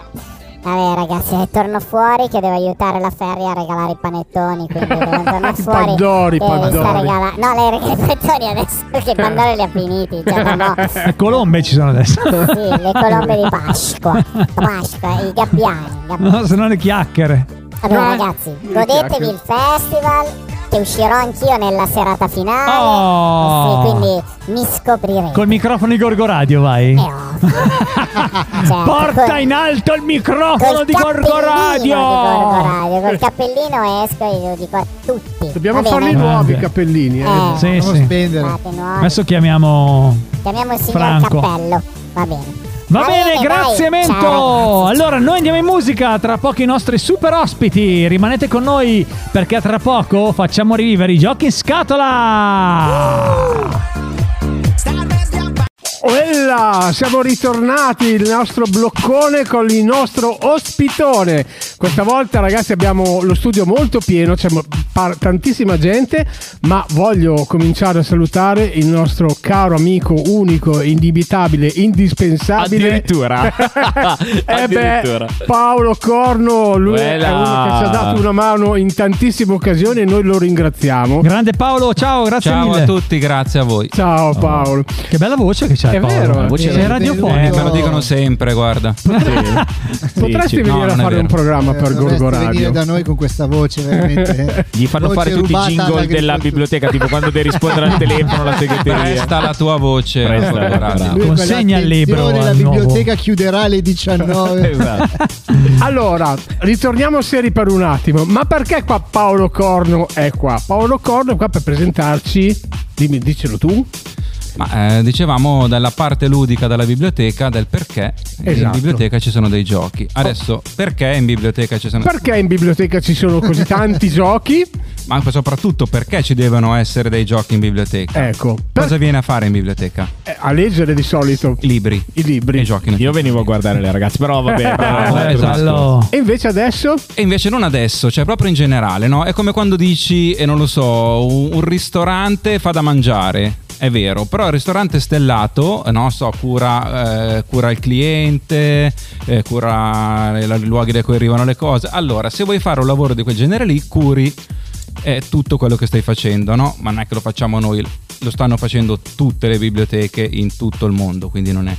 Speaker 4: Vabbè ragazzi, eh, torno fuori che devo aiutare la Ferri a regalare i panettoni, quindi devo tornare
Speaker 1: I
Speaker 4: fuori.
Speaker 1: pandori, i
Speaker 4: che sta
Speaker 1: pandori.
Speaker 4: regala- No, lei regala i panettoni adesso perché i pandori li ha finiti, cioè da mo'.
Speaker 2: Eh, Colombe ci sono adesso.
Speaker 4: Sì, le colombe di Pasqua, Pasqua, i gabbiani, i gabbiani.
Speaker 2: No, se no le chiacchiere.
Speaker 4: Vabbè
Speaker 1: Ah,
Speaker 4: ragazzi,
Speaker 1: mi
Speaker 4: godetevi
Speaker 1: piace.
Speaker 4: il festival che uscirò anch'io nella serata finale.
Speaker 2: Oh.
Speaker 4: Eh sì, quindi mi scoprirete.
Speaker 2: Col microfono di Gorgoradio, vai.
Speaker 4: Eh, ovvio. Certo,
Speaker 2: Porta
Speaker 4: col-
Speaker 2: in alto il
Speaker 1: Oh,
Speaker 2: microfono
Speaker 4: col
Speaker 2: di
Speaker 4: cappellino
Speaker 2: Gorgoradio.
Speaker 4: di Gorgoradio, Col cappellino esco e lo dico a tutti.
Speaker 1: Dobbiamo
Speaker 4: Va
Speaker 1: farli
Speaker 4: bene?
Speaker 1: nuovi i
Speaker 2: Vabbè.
Speaker 1: cappellini. Eh.
Speaker 4: Eh,
Speaker 2: Sì,
Speaker 5: Andiamo a
Speaker 2: sì.
Speaker 5: spendere.
Speaker 4: fate nuovi.
Speaker 2: Adesso chiamiamo.
Speaker 4: Chiamiamo il signor
Speaker 2: Franco.
Speaker 4: Cappello. Va bene.
Speaker 2: Va
Speaker 4: Va
Speaker 2: bene,
Speaker 4: bene,
Speaker 2: grazie
Speaker 4: vai.
Speaker 2: Mento.
Speaker 4: Ciao, ragazzi.
Speaker 2: allora, noi andiamo in musica. Tra poco i nostri super ospiti. Rimanete con noi perché tra poco facciamo rivivere i giochi in scatola.
Speaker 4: Uh!
Speaker 1: Uella, siamo ritornati il nostro bloccone con il nostro ospitone. Questa volta, ragazzi, abbiamo lo studio molto pieno, c'è mo- par- tantissima gente, ma voglio cominciare a salutare il nostro caro amico unico, indubitabile, indispensabile.
Speaker 3: Addirittura.
Speaker 1: eh
Speaker 3: Addirittura.
Speaker 1: beh, Paolo Corno, lui è
Speaker 3: Uella.
Speaker 1: uno che ci ha dato una mano in tantissime occasioni e noi lo ringraziamo.
Speaker 2: Grande Paolo, ciao, grazie
Speaker 8: Ciao
Speaker 2: mille. Oh.
Speaker 8: a tutti, grazie a voi.
Speaker 1: Ciao Paolo.
Speaker 2: Che bella voce che c'hai,
Speaker 1: È
Speaker 2: Paolo.
Speaker 1: vero,
Speaker 2: La voce
Speaker 1: sì,
Speaker 2: è
Speaker 1: sì,
Speaker 8: Eh,
Speaker 2: radiofonica.
Speaker 8: me lo dicono sempre, guarda.
Speaker 1: Potresti
Speaker 3: sì.
Speaker 1: venire
Speaker 8: No,
Speaker 1: a
Speaker 8: non è
Speaker 1: fare un
Speaker 8: vero.
Speaker 1: programma per
Speaker 5: Eh, dovresti
Speaker 1: Gorgo Radio.
Speaker 5: venire da noi con questa voce, veramente.
Speaker 3: Gli fanno
Speaker 5: Voce
Speaker 3: fare tutti i
Speaker 5: rubata
Speaker 3: jingle della
Speaker 5: all'agricoltura.
Speaker 3: biblioteca, tipo quando devi rispondere al telefono, la segreteria.
Speaker 8: Presta la tua voce.
Speaker 3: Presta,
Speaker 8: Guarda.
Speaker 3: bravo.
Speaker 5: Lui,
Speaker 2: Consegna il libro
Speaker 5: attenzione, La
Speaker 2: al nuovo.
Speaker 5: biblioteca chiuderà alle 19.
Speaker 3: Esatto.
Speaker 1: Allora, ritorniamo seri per un attimo. Ma perché qua Paolo Corno è qua? Paolo Corno è qua per presentarci. Dimmi, dicelo tu.
Speaker 8: Ma eh, dicevamo dalla parte ludica della biblioteca del perché in
Speaker 1: Esatto.
Speaker 8: biblioteca ci sono dei giochi. Adesso, perché in biblioteca ci sono
Speaker 1: Perché in biblioteca ci sono così tanti giochi?
Speaker 8: Ma anche soprattutto perché ci devono essere dei giochi in biblioteca?
Speaker 1: Ecco, per-
Speaker 8: Cosa viene a fare in biblioteca?
Speaker 1: eh, a leggere di solito
Speaker 8: I libri. E
Speaker 1: i libri.
Speaker 8: i giochi. in
Speaker 3: Io venivo a guardare le ragazze, però va bene.
Speaker 2: Ah,
Speaker 8: Eh,
Speaker 2: bello.
Speaker 1: E invece adesso?
Speaker 8: E invece non adesso, cioè proprio in generale, no? È come quando dici, e non lo so, un, un ristorante fa da mangiare. È vero, però il ristorante stellato, eh, non so, cura, eh, cura il cliente, eh, cura i luoghi da cui arrivano le cose. Allora, se vuoi fare un lavoro di quel genere lì, curi eh, tutto quello che stai facendo, no? Ma non è che lo facciamo noi, lo stanno facendo tutte le biblioteche in tutto il mondo, quindi non è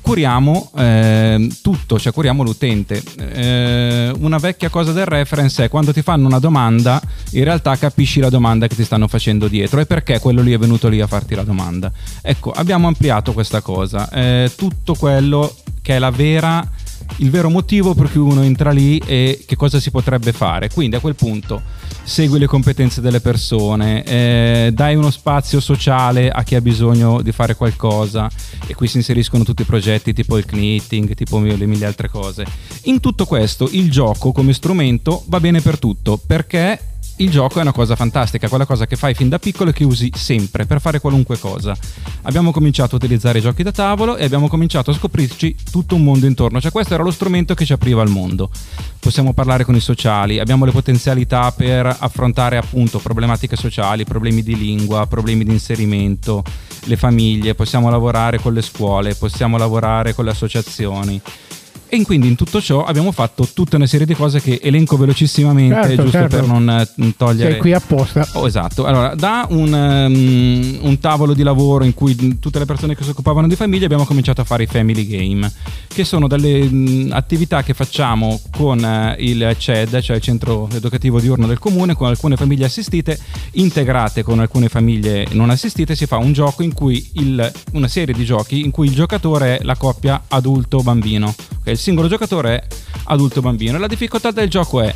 Speaker 8: curiamo ehm, tutto, cioè curiamo l'utente. Eh, una vecchia cosa del reference è quando ti fanno una domanda, in realtà capisci la domanda che ti stanno facendo dietro e perché quello lì è venuto lì a farti la domanda. Ecco, abbiamo ampliato questa cosa. Eh, tutto quello che è la vera, il vero motivo per cui uno entra lì e che cosa si potrebbe fare. Quindi a quel punto segui le competenze delle persone, eh, dai uno spazio sociale a chi ha bisogno di fare qualcosa e qui si inseriscono tutti i progetti tipo il knitting, tipo le mille altre cose. In tutto questo il gioco come strumento va bene per tutto perché il gioco è una cosa fantastica, quella cosa che fai fin da piccolo e che usi sempre per fare qualunque cosa. Abbiamo cominciato a utilizzare i giochi da tavolo e abbiamo cominciato a scoprirci tutto un mondo intorno, cioè questo era lo strumento che ci apriva al mondo. Possiamo parlare con i sociali, abbiamo le potenzialità per affrontare appunto problematiche sociali, problemi di lingua, problemi di inserimento, le famiglie, possiamo lavorare con le scuole, possiamo lavorare con le associazioni. E quindi in tutto ciò abbiamo fatto tutta una serie di cose che elenco velocissimamente,
Speaker 1: Certo,
Speaker 8: giusto
Speaker 1: certo.
Speaker 8: per non eh, togliere...
Speaker 1: Sei qui apposta.
Speaker 8: Oh, esatto, allora da un, ehm, un tavolo di lavoro in cui mh, tutte le persone che si occupavano di famiglie abbiamo cominciato a fare i family game, che sono delle mh, attività che facciamo con eh, il CED, cioè il centro educativo diurno del comune, con alcune famiglie assistite, integrate con alcune famiglie non assistite, si fa un gioco in cui il, una serie di giochi in cui il giocatore è la coppia adulto-bambino, ok? il singolo giocatore è adulto-bambino e la difficoltà del gioco è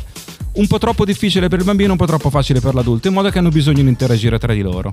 Speaker 8: un po' troppo difficile per il bambino, un po' troppo facile per l'adulto, in modo che hanno bisogno di interagire tra di loro.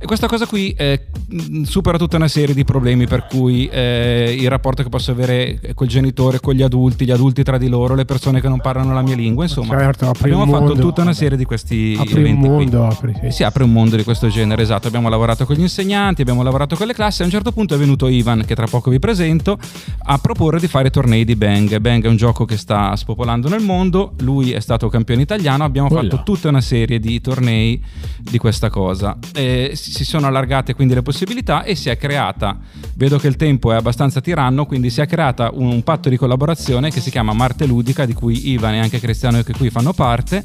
Speaker 8: E questa cosa qui eh, mh, supera tutta una serie di problemi, per cui eh, il rapporto che posso avere col genitore, con gli adulti, gli adulti tra di loro, le persone che non parlano la mia lingua, insomma.
Speaker 1: Certo, apri
Speaker 8: abbiamo
Speaker 1: un
Speaker 8: fatto
Speaker 1: mondo.
Speaker 8: tutta una serie di questi
Speaker 1: Apri un
Speaker 8: eventi qui.
Speaker 1: mondo, apri. sì.
Speaker 8: E si apre un mondo di questo genere, esatto. Abbiamo lavorato con gli insegnanti, abbiamo lavorato con le classi. A un certo punto è venuto Ivan, che tra poco vi presento, a proporre di fare tornei di Bang. Bang è un gioco che sta spopolando nel mondo. Lui è stato campione italiano. Abbiamo
Speaker 3: Voilà.
Speaker 8: fatto tutta una serie di tornei di questa cosa. Eh, si si sono allargate quindi le possibilità e si è creata. Vedo che il tempo è abbastanza tiranno, quindi si è creata un, un patto di collaborazione che si chiama Marte Ludica, di cui Ivan e anche Cristiano che qui fanno parte.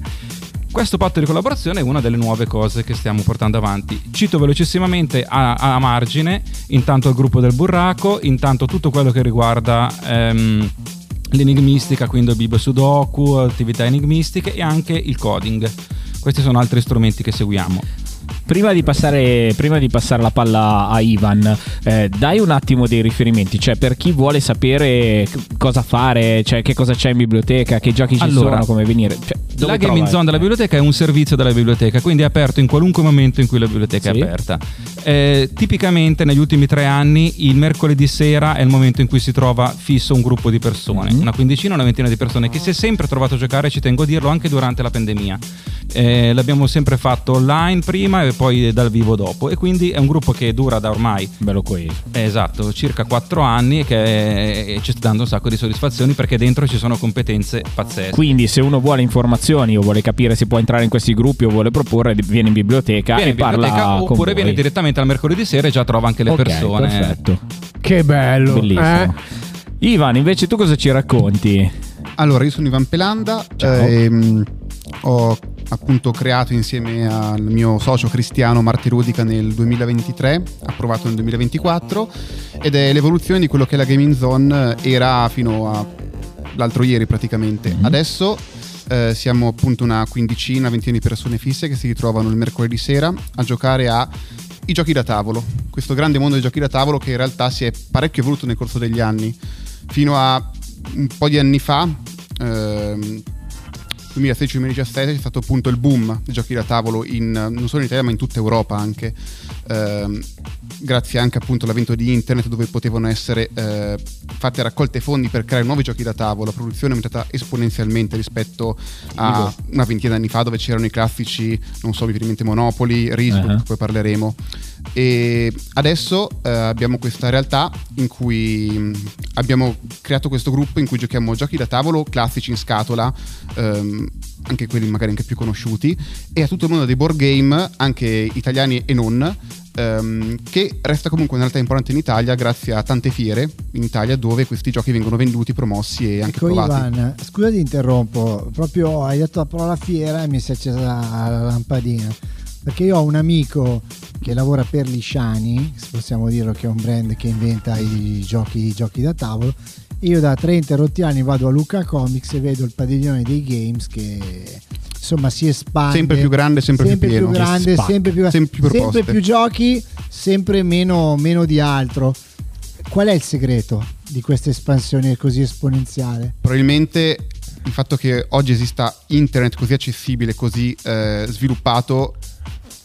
Speaker 8: Questo patto di collaborazione è una delle nuove cose che stiamo portando avanti. Cito velocissimamente a, a margine, intanto il gruppo del burraco, intanto tutto quello che riguarda ehm, l'enigmistica, quindi Bibo Sudoku, attività enigmistiche e anche il coding. Questi sono altri strumenti che seguiamo.
Speaker 3: Prima di, passare, prima di passare la palla a Ivan, eh, dai un attimo dei riferimenti, cioè per chi vuole sapere c- cosa fare, cioè che cosa c'è in biblioteca, che giochi ci
Speaker 8: Allora,
Speaker 3: sono, come venire. Cioè, dove
Speaker 8: la Gaming
Speaker 3: trovare?
Speaker 8: Zone della biblioteca è un servizio della biblioteca, quindi è aperto in qualunque momento in cui la biblioteca
Speaker 3: Sì.
Speaker 8: è aperta. Eh, tipicamente negli ultimi tre anni il mercoledì sera è il momento in cui si trova fisso un gruppo di persone,
Speaker 3: Mhm.
Speaker 8: una quindicina, una ventina di persone che si è sempre trovato a giocare, ci tengo a dirlo, anche durante la pandemia. Eh, l'abbiamo sempre fatto online prima e poi dal vivo dopo e quindi è un gruppo che dura da ormai
Speaker 3: Bello qui.
Speaker 8: eh, Esatto, circa 4 anni e che eh, ci sta dando un sacco di soddisfazioni perché dentro ci sono competenze pazzesche.
Speaker 3: Eh, Quindi, se uno vuole informazioni o vuole capire se può entrare in questi gruppi o vuole proporre, viene in biblioteca
Speaker 8: Viene
Speaker 3: e
Speaker 8: in biblioteca
Speaker 3: parla con
Speaker 8: oppure
Speaker 3: voi.
Speaker 8: viene direttamente al mercoledì sera e già trova anche le
Speaker 3: Ok,
Speaker 8: persone.
Speaker 3: Perfetto.
Speaker 1: Che bello.
Speaker 3: Bellissimo.
Speaker 1: eh?
Speaker 3: Ivan, invece tu cosa ci racconti?
Speaker 10: Allora, io sono Ivan Pelanda. ehm, ho appunto creato insieme al mio socio Cristiano Marti Rudica nel 2023, approvato nel 2024, ed è l'evoluzione di quello che la Gaming Zone eh, era fino a l'altro ieri praticamente.
Speaker 1: Mm-hmm.
Speaker 10: Adesso eh, siamo appunto una quindicina, ventina di persone fisse che si ritrovano il mercoledì sera a giocare a i giochi da tavolo, questo grande mondo dei giochi da tavolo che in realtà si è parecchio evoluto nel corso degli anni. Fino a un po' di anni fa, ehm, 2016-2017, c'è stato appunto il boom dei giochi da tavolo in, eh, non solo in Italia ma in tutta Europa anche, ehm, grazie anche appunto all'avvento di internet dove potevano essere eh, fatte raccolte fondi per creare nuovi giochi da tavolo, la produzione è aumentata esponenzialmente rispetto a una ventina di anni fa dove c'erano i classici, non so, mi viene in mente Monopoli, Risbook,
Speaker 3: Ah.
Speaker 10: poi parleremo. E adesso eh, abbiamo questa realtà in cui mh, abbiamo creato questo gruppo in cui giochiamo giochi da tavolo classici in scatola, ehm, anche quelli magari anche più conosciuti, e a tutto il mondo dei board game, anche italiani e non. ehm, che resta comunque una realtà importante in Italia grazie a tante fiere in Italia dove questi giochi vengono venduti, promossi e anche
Speaker 5: Ecco
Speaker 10: provati.
Speaker 5: Ivan, scusa ti interrompo, proprio hai detto la parola fiera e mi si è accesa la la lampadina. Perché io ho un amico che lavora per Lisciani, se possiamo dirlo che è un brand che inventa i giochi, i giochi da tavolo. Io da 30 rotti anni vado a Luca Comics e vedo il padiglione dei games che insomma si espande.
Speaker 10: Sempre più grande, sempre più pieno.
Speaker 5: più grande,
Speaker 10: Si spacca.
Speaker 5: sempre più,
Speaker 10: Sempre più proposte.
Speaker 5: sempre più giochi, sempre meno, meno di altro. Qual è il segreto di questa espansione così esponenziale?
Speaker 10: probabilmente il fatto che oggi esista internet così accessibile, così eh, sviluppato,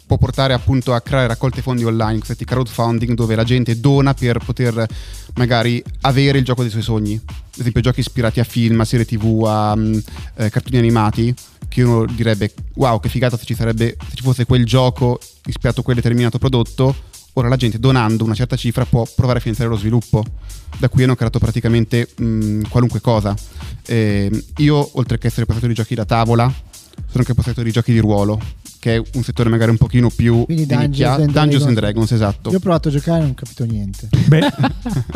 Speaker 10: può portare appunto a creare raccolte fondi online, cosiddetti crowdfunding, dove la gente dona per poter magari avere il gioco dei suoi sogni. Ad esempio, giochi ispirati a film, a serie tv, a mh, eh, cartoni animati. Che uno direbbe: Wow, che figata se ci, sarebbe, se ci fosse quel gioco ispirato a quel determinato prodotto. Ora la gente donando una certa cifra può provare a finanziare lo sviluppo. Da qui hanno creato praticamente mh, qualunque cosa. Eh, io, oltre che essere appassionato di giochi da tavola, sono anche appassionato di giochi di ruolo, che è un settore magari un pochino più
Speaker 5: Quindi
Speaker 10: di
Speaker 5: Dungeons
Speaker 10: nicchia.
Speaker 5: and
Speaker 10: Dungeons and
Speaker 5: Dragons.
Speaker 10: Dragons, esatto.
Speaker 5: Io ho provato a giocare e non ho capito niente.
Speaker 2: Beh,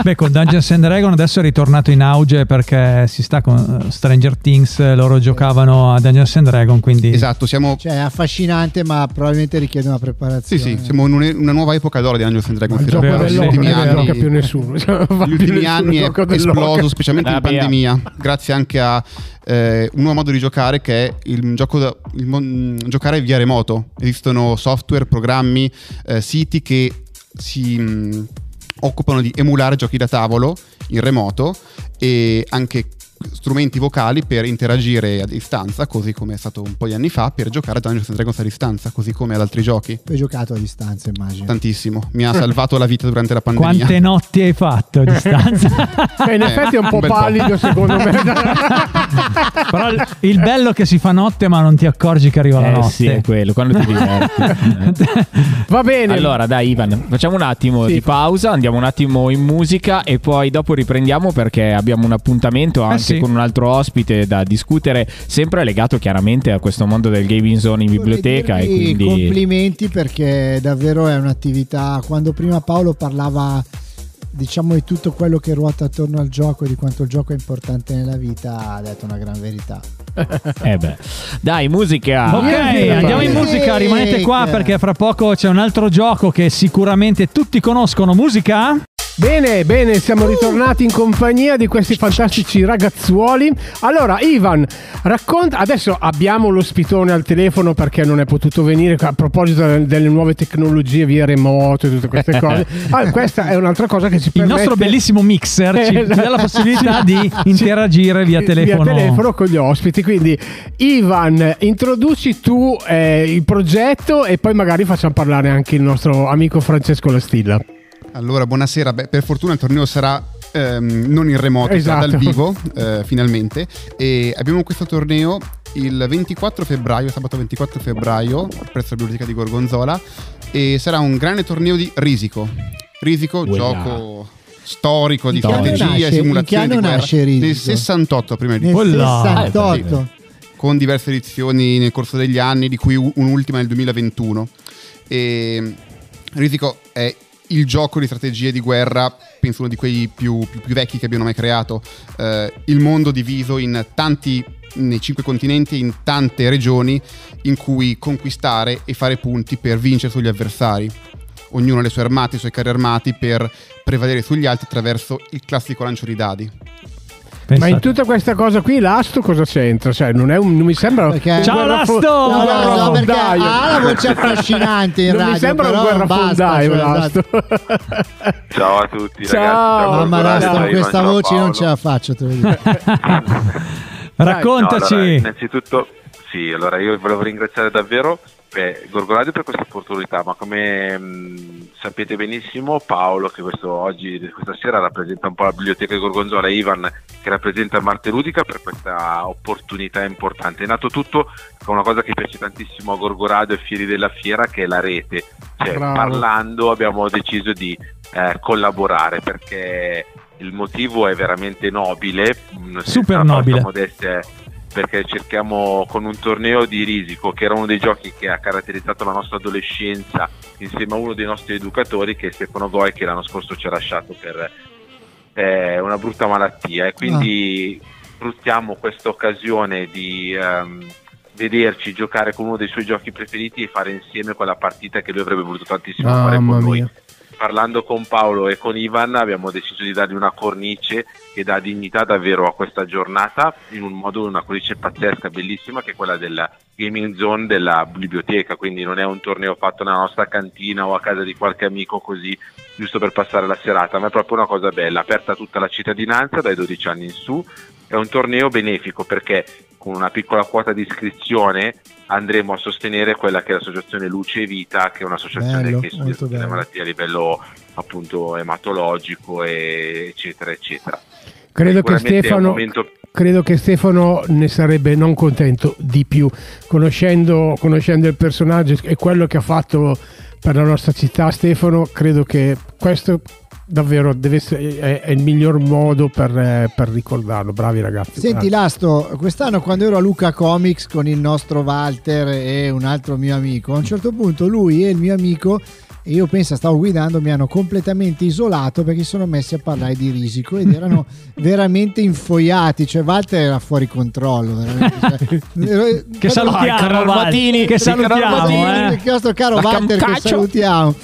Speaker 2: beh, con Dungeons and Dragons adesso è ritornato in auge perché si sta con eh, Stranger Things, eh, loro giocavano a Dungeons and Dragons, quindi
Speaker 10: Esatto, siamo
Speaker 5: Cioè è affascinante ma probabilmente richiede una
Speaker 10: Sì,
Speaker 5: preparazione.
Speaker 10: sì, siamo in un- una nuova epoca d'oro di Dungeons and Dragons.
Speaker 1: Il
Speaker 10: in
Speaker 1: gioco
Speaker 10: realtà.
Speaker 2: vero,
Speaker 10: Negli
Speaker 2: sì.
Speaker 1: dell'oca
Speaker 10: ultimi
Speaker 1: non ne
Speaker 10: anni,
Speaker 1: gioca più nessuno. Cioè, non fa
Speaker 10: gli
Speaker 1: più
Speaker 10: ultimi
Speaker 1: nessuno
Speaker 10: anni
Speaker 1: il
Speaker 10: è
Speaker 1: gioco dell'oca.
Speaker 10: esploso, specialmente in
Speaker 3: Vabbè.
Speaker 10: pandemia, grazie anche a eh, un nuovo modo di giocare che è il gioco da- il mon- giocare via remoto. Esistono software, programmi, eh, siti che si mh, occupano di emulare giochi da tavolo in remoto e anche strumenti vocali per interagire a distanza, così come è stato un po' di anni fa, per giocare a Dungeons and Dragons a distanza, così come ad altri giochi.
Speaker 5: Poi Ho giocato a distanza immagino.
Speaker 10: Tantissimo, mi ha salvato la vita durante la pandemia.
Speaker 2: quante notti hai fatto a distanza?
Speaker 1: Beh, in
Speaker 10: Eh,
Speaker 1: effetti è un po'
Speaker 10: un bel po'.
Speaker 1: pallido secondo me.
Speaker 2: Però il- il bello è che si fa notte ma non ti accorgi che arriva la
Speaker 3: eh
Speaker 2: notte.
Speaker 3: sì, è quello, quando ti diverti.
Speaker 1: Va bene.
Speaker 3: allora, dai, Ivan, facciamo un attimo
Speaker 1: Sì.
Speaker 3: di pausa, andiamo un attimo in musica e poi dopo riprendiamo perché abbiamo un
Speaker 1: Eh,
Speaker 3: appuntamento anche
Speaker 2: sì.
Speaker 3: con un altro ospite da discutere, sempre legato chiaramente a questo mondo del gaming zone in
Speaker 5: Vorrei
Speaker 3: biblioteca e
Speaker 5: dirvi
Speaker 3: quindi
Speaker 5: complimenti perché davvero è un'attività quando prima Paolo parlava diciamo di tutto quello che ruota attorno al gioco e di quanto il gioco è importante nella vita ha detto una gran verità
Speaker 3: eh beh. Dai, musica.
Speaker 2: Ok,
Speaker 1: Musica.
Speaker 2: andiamo in musica, rimanete qua perché fra poco c'è un altro gioco che sicuramente tutti conoscono. Musica?
Speaker 1: Bene, bene, siamo ritornati in compagnia di questi fantastici ragazzuoli. Allora, Ivan, racconta. Adesso abbiamo l'ospitone al telefono perché non è potuto venire. A proposito delle- delle nuove tecnologie via remoto e tutte queste cose. Ah, questa è un'altra cosa che ci
Speaker 2: Il
Speaker 1: permette.
Speaker 2: nostro bellissimo mixer ci, ci dà la possibilità di interagire via telefono.
Speaker 1: Via telefono con gli ospiti. Quindi, Ivan, introduci tu eh, il progetto e poi magari facciamo parlare anche il nostro amico Francesco Lastilla.
Speaker 10: Allora, buonasera. Beh, per fortuna il torneo sarà ehm, non in remoto,
Speaker 1: Esatto.
Speaker 10: sarà dal vivo, eh, finalmente. E abbiamo questo torneo il 24 febbraio, sabato 24 febbraio, presso la biblioteca di Gorgonzola. E sarà un grande torneo di risico. Risico,
Speaker 3: Uella.
Speaker 10: gioco storico di
Speaker 5: In che anno
Speaker 10: strategia e
Speaker 5: nasce- in che
Speaker 10: simulazione
Speaker 5: anno
Speaker 10: di guerra.
Speaker 5: nasce Risico?
Speaker 10: Nel 68 prima di
Speaker 5: Nel
Speaker 10: tutto. Eh,
Speaker 5: 68.
Speaker 10: con diverse edizioni nel corso degli anni, di cui u- un'ultima nel 2021. E Risico è il gioco di strategie di guerra, penso uno di quei più, più- più vecchi che abbiano mai creato. Eh, il mondo diviso in tanti, nei cinque continenti, in tante regioni in cui conquistare e fare punti per vincere sugli avversari. Ognuno ha le sue armate, i suoi carri armati per prevalere sugli altri attraverso il classico lancio di dadi.
Speaker 1: Ma in tutta questa cosa qui l'Asto cosa c'entra? Cioè, non, è un, non mi sembra.
Speaker 5: Perché-
Speaker 1: un
Speaker 2: Ciao,
Speaker 1: guerrafo-
Speaker 2: l'Asto!
Speaker 5: No,
Speaker 1: un
Speaker 5: no, no, perché
Speaker 1: guerrafondaio.
Speaker 5: ha la voce affascinante in
Speaker 1: Non mi
Speaker 5: radio,
Speaker 1: sembra un
Speaker 5: però
Speaker 1: guerrafondaio
Speaker 5: basta, cioè,
Speaker 1: l'Asto.
Speaker 11: Ciao a tutti,
Speaker 1: Ciao.
Speaker 11: ragazzi. da Gorgorano,
Speaker 5: Mamma Rasta,
Speaker 11: da
Speaker 5: con
Speaker 11: Ivan,
Speaker 5: questa
Speaker 11: da
Speaker 5: voce non
Speaker 11: Paolo.
Speaker 5: ce la faccio, te lo dico.
Speaker 11: No,
Speaker 2: Raccontaci.
Speaker 11: allora, innanzitutto, sì, allora io volevo ringraziare davvero eh, Gorgoradio per questa opportunità, ma come mh, sapete benissimo Paolo che questo oggi, questa sera rappresenta un po' la biblioteca di Gorgonzola e Ivan che rappresenta Marte Ludica per questa opportunità importante. È nato tutto con una cosa che piace tantissimo a Gorgoradio e Fieri della Fiera che è la rete, cioè
Speaker 1: Bravo.
Speaker 11: parlando abbiamo deciso di eh, collaborare perché il motivo è veramente nobile, mh, senza
Speaker 2: Super
Speaker 11: false
Speaker 2: nobile.
Speaker 11: modestie, eh, perché cerchiamo con un torneo di risico, che era uno dei giochi che ha caratterizzato la nostra adolescenza, insieme a uno dei nostri educatori, che è Stefano Goi, che l'anno scorso ci ha lasciato per eh, una brutta malattia. E quindi
Speaker 1: Ah.
Speaker 11: sfruttiamo questa occasione di ehm, vederci giocare con uno dei suoi giochi preferiti e fare insieme quella partita che lui avrebbe voluto tantissimo fare con
Speaker 1: Mamma
Speaker 11: noi
Speaker 1: mia.
Speaker 11: parlando con Paolo e con Ivan abbiamo deciso di dargli una cornice che dà dignità davvero a questa giornata in un modo, una cornice pazzesca, bellissima, che è quella della gaming zone della biblioteca, quindi non è un torneo fatto nella nostra cantina o a casa di qualche amico così, giusto per passare la serata, ma è proprio una cosa bella, aperta a tutta la cittadinanza dai 12 anni in su, è un torneo benefico perché con una piccola quota di iscrizione andremo a sostenere quella che è l'associazione Luce e Vita, che è un'associazione
Speaker 5: Bello,
Speaker 11: che studia
Speaker 5: molto
Speaker 11: tutte le
Speaker 5: bello.
Speaker 11: malattie a livello appunto ematologico, e eccetera, eccetera.
Speaker 1: Credo che,
Speaker 11: Sicuramente è un
Speaker 1: Stefano,
Speaker 11: momento-
Speaker 1: credo che Stefano ne sarebbe non contento di più, conoscendo, conoscendo il personaggio e quello che ha fatto per la nostra città. Stefano, credo che questo davvero deve essere- è, è il miglior modo per, eh, per ricordarlo. Bravi ragazzi.
Speaker 5: Senti
Speaker 1: bravi.
Speaker 5: Lasto, quest'anno quando ero a Luca Comics con il nostro Walter e un altro mio amico, a un certo punto lui e il mio amico, e io penso stavo guidando, mi hanno completamente isolato perché si sono messi a parlare di risico ed erano veramente infoiati, cioè Walter era fuori controllo. veramente, cioè, ero-
Speaker 2: Che
Speaker 3: Ah, i
Speaker 2: salutiamo,
Speaker 3: Carrabatini,
Speaker 2: Val,
Speaker 3: i
Speaker 2: che salutiamo,
Speaker 5: Guardate,
Speaker 2: eh.
Speaker 5: che nostro caro
Speaker 3: La
Speaker 5: Walter che
Speaker 3: Campaccio.
Speaker 5: salutiamo.